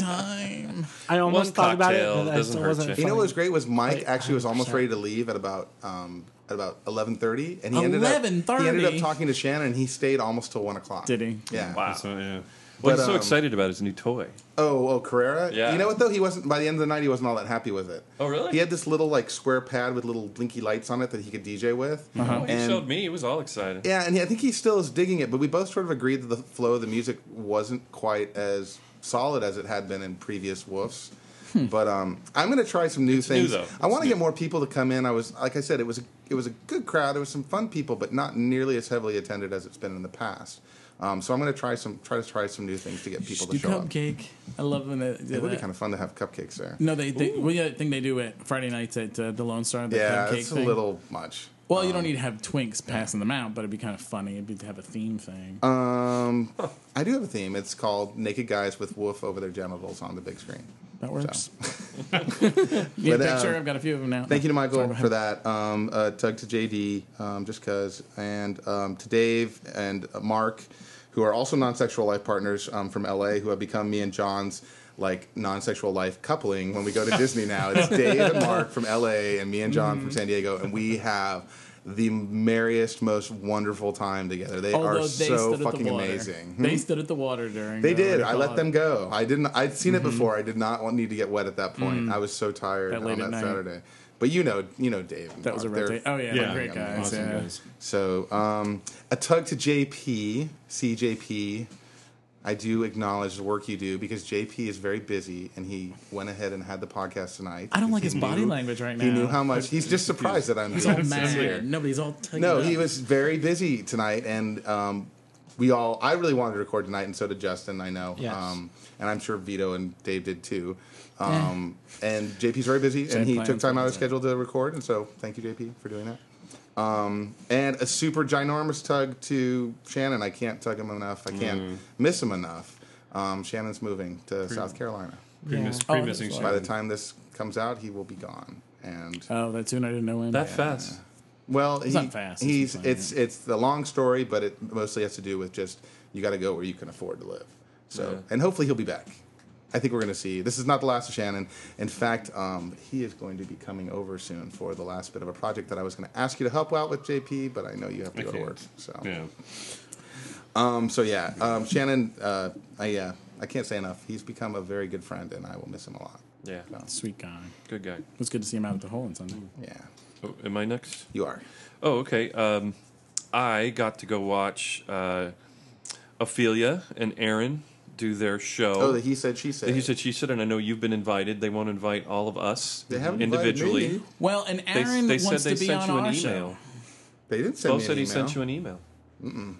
Time. I almost One thought about it, cocktail but I doesn't still hurt wasn't. you. You know funny. what was great was Mike Like, actually was almost 100%. ready to leave at about um, at about eleven thirty, and he ended up he ended up 11:30? talking to Shannon. and He stayed almost till one o'clock. Did he? Yeah. Wow. So, yeah. Well, But, he's so um, excited about his new toy. Oh, oh, Carrera. Yeah. You know what though? He wasn't. By the end of the night, he wasn't all that happy with it. Oh, really? He had this little like square pad with little blinky lights on it that he could DJ with. Oh, he showed me. He was all excited. Yeah, and I think he still is digging it, but we both sort of agreed that the flow of the music wasn't quite as solid as it had been in previous woofs. But um, I'm going to try some new Hmm. new, things. though. I want to get more people to come in. I was, like I said, it was a, it was a good crowd. It was some fun people, but not nearly as heavily attended as it's been in the past. Um, so I'm going to try some try to try some new things to get people to do show up. cupcake. I love when they do It would be that. kind of fun to have cupcakes there. no, they, they well, yeah, I think they do it Friday nights at uh, the Lone Star. The yeah, cupcake it's a thing. little um, much. Well, you don't need to have twinks passing them out, but it'd be kind of funny. It'd be to have a theme thing. Um, I do have a theme. It's called "Naked Guys with Woof Over Their Genitals on the Big Screen." that works. Need a But, uh, picture? I've got a few of them now. Thank you to Sorry, Michael go for ahead. that. Um, uh, Tug to JD, um, just cause, and um, to Dave and uh, Mark, who are also non-sexual life partners um, from LA, who have become me and John's like non-sexual life coupling when we go to Disney now. It's Dave and Mark from LA, and me and John Mm-hmm. from San Diego, and we have the merriest, most wonderful time together. They Although are they so stood at fucking the water. amazing. Hmm? They stood at the water during. They the did. what I do you oh. let call them it? go. I didn't. I'd seen it before. I did not want, need to get wet at that point. I was so tired Mm-hmm. Mm. That late on that at night. Saturday. But you know, you know, Dave. and That was a Mark, rough they're- day. Oh yeah, Yeah. they're great guys. Awesome yeah. guys. So um, a tug to JP, CJP. I do acknowledge the work you do because JP is very busy and he went ahead and had the podcast tonight. I don't because like he his body knew- language right now. He knew how much. He's just surprised that I'm He's doing all this. mad. Nobody's all. tugged No, up. he was very busy tonight, and um, we all. I really wanted to record tonight, and so did Justin. I know, Yes. um, and I'm sure Vito and Dave did too. Um, and JP's very busy, and he plans took time out of his wasn't schedule to record, and so thank you, JP, for doing that. Um, and a super ginormous tug to Shannon. I can't tug him enough. I can't miss him enough. Um, Shannon's moving to South Carolina. Pre- Yeah. miss- Oh, pre- missing that's shit. By the time this comes out, he will be gone, and Oh, that soon I didn't know him. That fast. Well, he's not fast, it's He's fine, it's it's the long story, but it mostly has to do with just you got to go where you can afford to live. So, Yeah. and hopefully he'll be back. I think we're going to see. This is not the last of Shannon. In fact, um, he is going to be coming over soon for the last bit of a project that I was going to ask you to help out with, JP. But I know you have to I go to can't. work. So, Yeah. um, so yeah, um, Shannon. Uh, I uh, I can't say enough. He's become a very good friend, and I will miss him a lot. Yeah. Sweet guy. Good guy. It was good to see him out at the hole on Sunday. Yeah, Oh, am I next? you are. Oh, okay. Um, I got to go watch uh, Ophelia and Aaron do their show. Oh, the he said she said. he said, she said, and I know you've been invited. They won't invite all of us They haven't invited individually. me. Well, and They, Aaron they said wants they to be sent on you our an show. email. they didn't send Bo me an said he email. sent you an email.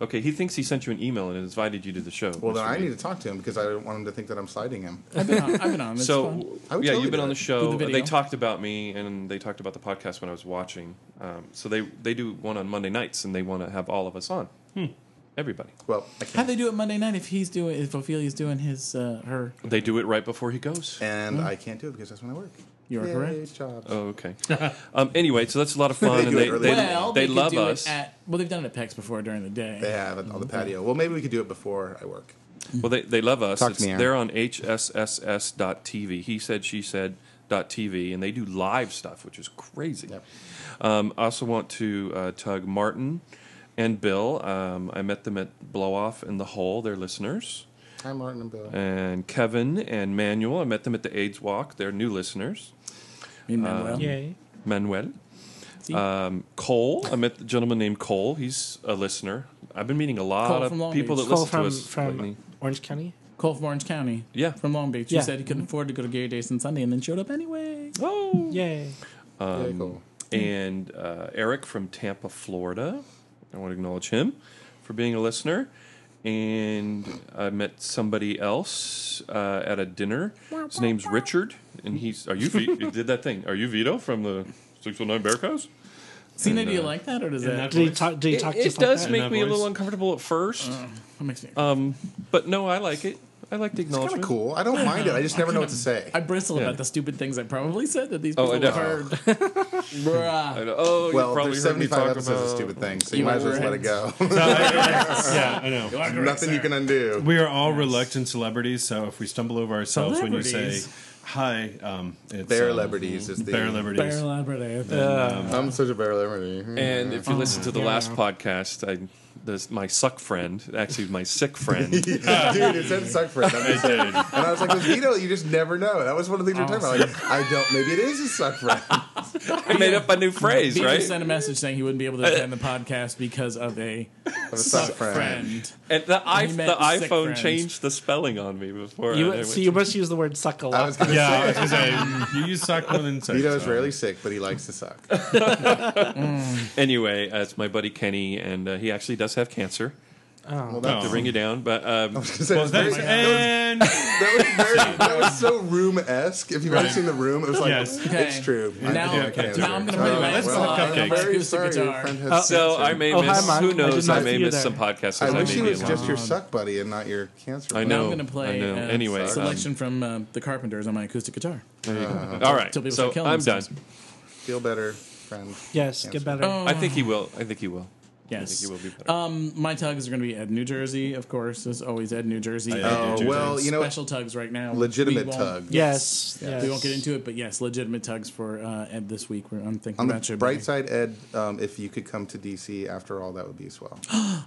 Okay, he thinks he sent you an email and invited you to the show. Well, then Mr. I Reed. need to talk to him because I don't want him to think that I'm sliding him. I've been on. I've been on. It's fun. so I would yeah, totally you've been do on it. the show. With the they video. talked about me, and they talked about the podcast when I was watching. Um, so they they do one on Monday nights, and they want to have all of us on. Hmm. Everybody. Well, I How can't. they do it Monday night if he's doing if Ophelia's doing his uh, her They do it right before he goes. and I can't do it because that's when I work. You are Yay, correct. Jobs. Oh, okay. um, anyway, so that's a lot of fun, They and do it they early. they, well they could love do it us. at well they've done it at PEX before during the day They have it on the patio. Well, maybe we could do it before I work. Well, they, they love us. Talk to It's- me, Aaron. they're on hsss.tv. He said, she said. Dot TV and they do live stuff, which is crazy. Yep. Um, I also want to uh, tug Martin and Bill. Um, I met them at Blow Off in the Hole. They're listeners, Hi, Martin and Bill. and Kevin and Manuel. I met them at the AIDS Walk. They're new listeners. Me and Manuel. uh, Yay. Manuel, See? um, Cole. I met the gentleman named Cole. He's a listener. I've been meeting a lot Cole from of Long people Beach. that Cole listen to from, us. lately. from Orange County. Cole from Orange County Yeah. from Long Beach Yeah. he said he couldn't afford to go to Gary Days on Sunday and then showed up anyway Oh, Yay. Very cool. and uh, Eric from Tampa, Florida. I want to acknowledge him for being a listener. And I met somebody else uh, at a dinner. His name's Richard, and he's. Are you? Vi- you did that thing? Are you Vito from the Six One Nine Bearcows? Cena do you Uh, like that or does And that- that Did he talk? Did he It, talk it just like does that? make that me a little voice? uncomfortable at first, that makes me um, but no, I like it. I like the Kind acknowledgement. of cool. I don't mind it. I just never know what to say. I bristle Yeah. about the stupid things I probably said that these Oh, people I have know. heard bruh I know- oh, you well, probably there's heard me 75 talk episodes about of stupid things, so You you might as well were just let it go. yeah, I know. Nothing you can undo. We are all reluctant celebrities, so if we stumble over ourselves when you say Celebrities. Hi, um, it's Bear um, Liberties is the. Bear Liberties. Bear Labrador. I'm such a Bear Liberty. And if you listen to the yeah. last podcast, I this, my suck friend, actually my sick friend, Dude, it said suck for it. I'm just- Dude, And I was like, with Vito, you just never know. That was one of the things we were talking about. Like, I don't, maybe it is a suck friend. I made up a new phrase, He right? Uh, just sent a message saying he wouldn't be able to attend the podcast because of a Of a suck friend. And the, I, He the meant sick iphone friends. changed the spelling on me before. I You, knew so it. you must use the word suck a lot. I was gonna yeah, say I was gonna say, you use suck more than sex. Vito is so. rarely sick, but he likes to suck. anyway, uh, it's my buddy Kenny, and uh, he actually does have cancer. Well, To that's, bring you down, but um, that, Well, was very, that's, that, and was, that was very, that was so room esque. If you've ever seen the room, it was like Yes. Okay. it's true. I Now- have cancer. now I'm gonna play Oh, my- Let's talk I'm cupcakes. very Acoustic sorry, your guitar. friend has Uh, so cancer. I may Oh, hi, miss. Mike. who I did knows? I, not may see you miss there. some podcasts. I that wish may he be was alone. just your suck buddy and not your cancer. I buddy. Now know. I'm going to play I know. um, a Anyway, selection from uh, The Carpenters on my acoustic guitar. All right, Till people so start killing I'm done. themselves. Feel better, friend. yes, Cancer. get better. Oh. I think he will. I think he will. I Yes. think he will be better. Uh, Um, my tugs are going to be Ed New Jersey, of course, as always, Ed New Jersey. Oh, Dude, well, you know, what? special tugs right now. legitimate We won't- tug. yes, yes. We won't get into it, but yes, legitimate tugs for uh, Ed this week. We're, I'm thinking On about the you. bright buddy. side, Ed, um, if you could come to DC after all, that would be swell.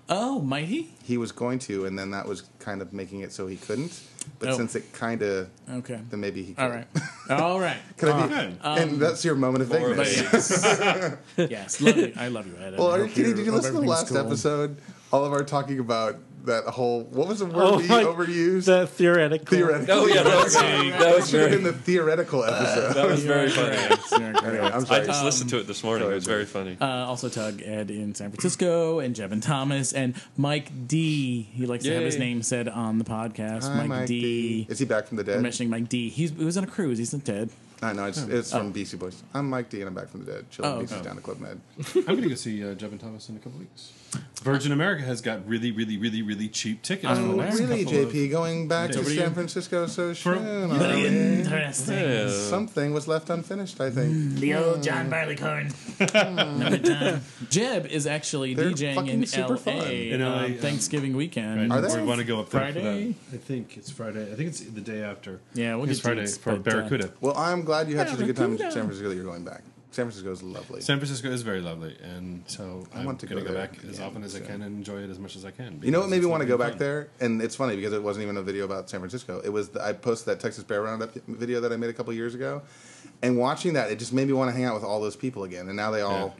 Oh, might he? he was going to, and then that was kind of making it so he couldn't. But Oh. since it kind of, Okay. then maybe he. Could. All right. Um, All right. Could I be- Good. and that's your moment of But vagueness. yeah, Yes. Love you. I love you, Ed. Well, I are you hope kidding? you're- Did you hope listen to the everything's last cool. episode? All of our talking about that whole what was the word Oh, we my- overused? The theoretical. theoretical. oh yeah, that was, that was Should have very, Uh, been the theoretical episode. that was very funny. You're great. anyway, I'm I sorry. just listened to Um, it this morning. It was very funny. Uh, also, Tug Ed in San Francisco, and Jevin Thomas, and Mike D. He likes to have his Yay. name said on the podcast. Hi, Mike, D. Is he back from the We're dead? mentioning Mike D. He's, he was on a cruise. He's not dead. I know it's, it's from BC Boys. I'm Mike D, and I'm back from the dead. Chilling Oh, BC's okay. down to Club Med. I'm gonna go see uh, Jevin Thomas in a couple weeks. Virgin America has got really, really, really, really cheap tickets for the Oh, next Really, couple of- JP, going back to over to you. San Francisco so soon? are Very we? interesting. Yeah. Something was left unfinished, I think. The old John Barleycorn. Number time. Jeb is actually Hmm. They're DJing fucking in super LA, fun. In LA, on yeah. Thanksgiving weekend. Are they? We want to go up there Friday? For that. I think it's Friday. I think it's the day after. Yeah, we'll I think it's get Friday dates, for but, uh, Barracuda. Well, I'm glad you had such a good time in Barracuda. San Francisco that you're going back. San Francisco is lovely. San Francisco is very lovely, and so I am want to gonna go go, there back as again, often as I can and enjoy it as much as I can. you know what made me want to go back there. there? And it's funny because it wasn't even a video about San Francisco. It was the, I posted that Texas Bear Roundup video that I made a couple years ago. And watching that, it just made me want to hang out with all those people again. And now they all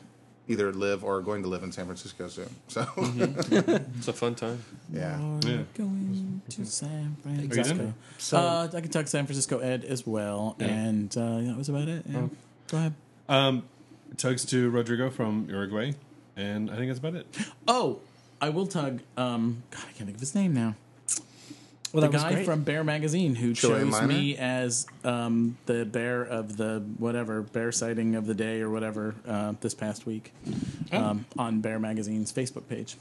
either live or are going to live in San Francisco soon. So, It's a fun time. yeah. Yeah. Going to San Francisco. done? So- uh, I can talk San Francisco Ed as well, and uh, that was about it. Yeah. Oh. Go ahead. Um, tugs to Rodrigo from Uruguay, and I think that's about it. Oh, I will tug. Um, God, I can't think of his name now. Well, The that was guy great. from Bear Magazine who Joey chose Miner? me as um, the bear of the whatever bear sighting of the day or whatever uh, this past week Oh. um, on Bear Magazine's Facebook page.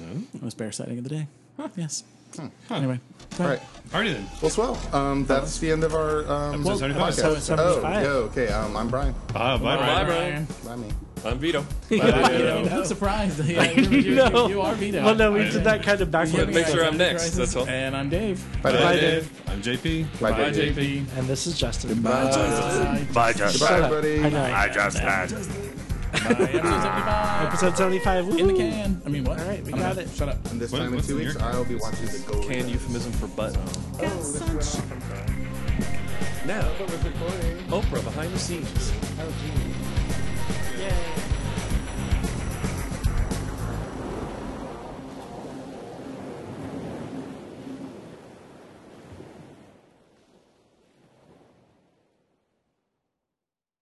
Oh. It was bear sighting of the day. Yes. Hmm. Anyway, All right. Alrighty then. Well, swell. Um, that's the end of our um, Episode 75. podcast. Episode Oh, 75. yeah, okay. Um, I'm Brian. Ah, bye, Bye, Brian. Brian. Bye, me. I'm Vito. I'm surprised. Yeah, you, you, know. you are Vito. Well, no, we did that kind of backwards. Make sure I'm next. That's all. And I'm Dave. Bye, Bye, Dave. Dave. I'm JP. Bye, Bye, Dave. JP. And this is Justin. Bye, just. Bye, Shut up. everybody. I know. I just had. Episode 75. In the woo-hoo. can. I mean, what? All right, we I'm got done. it. Shut up. And this What- time in what's two in weeks, your- I'll be watching the Golden Canned euphemism for butt. Now, Oprah behind the scenes. Oh, geez.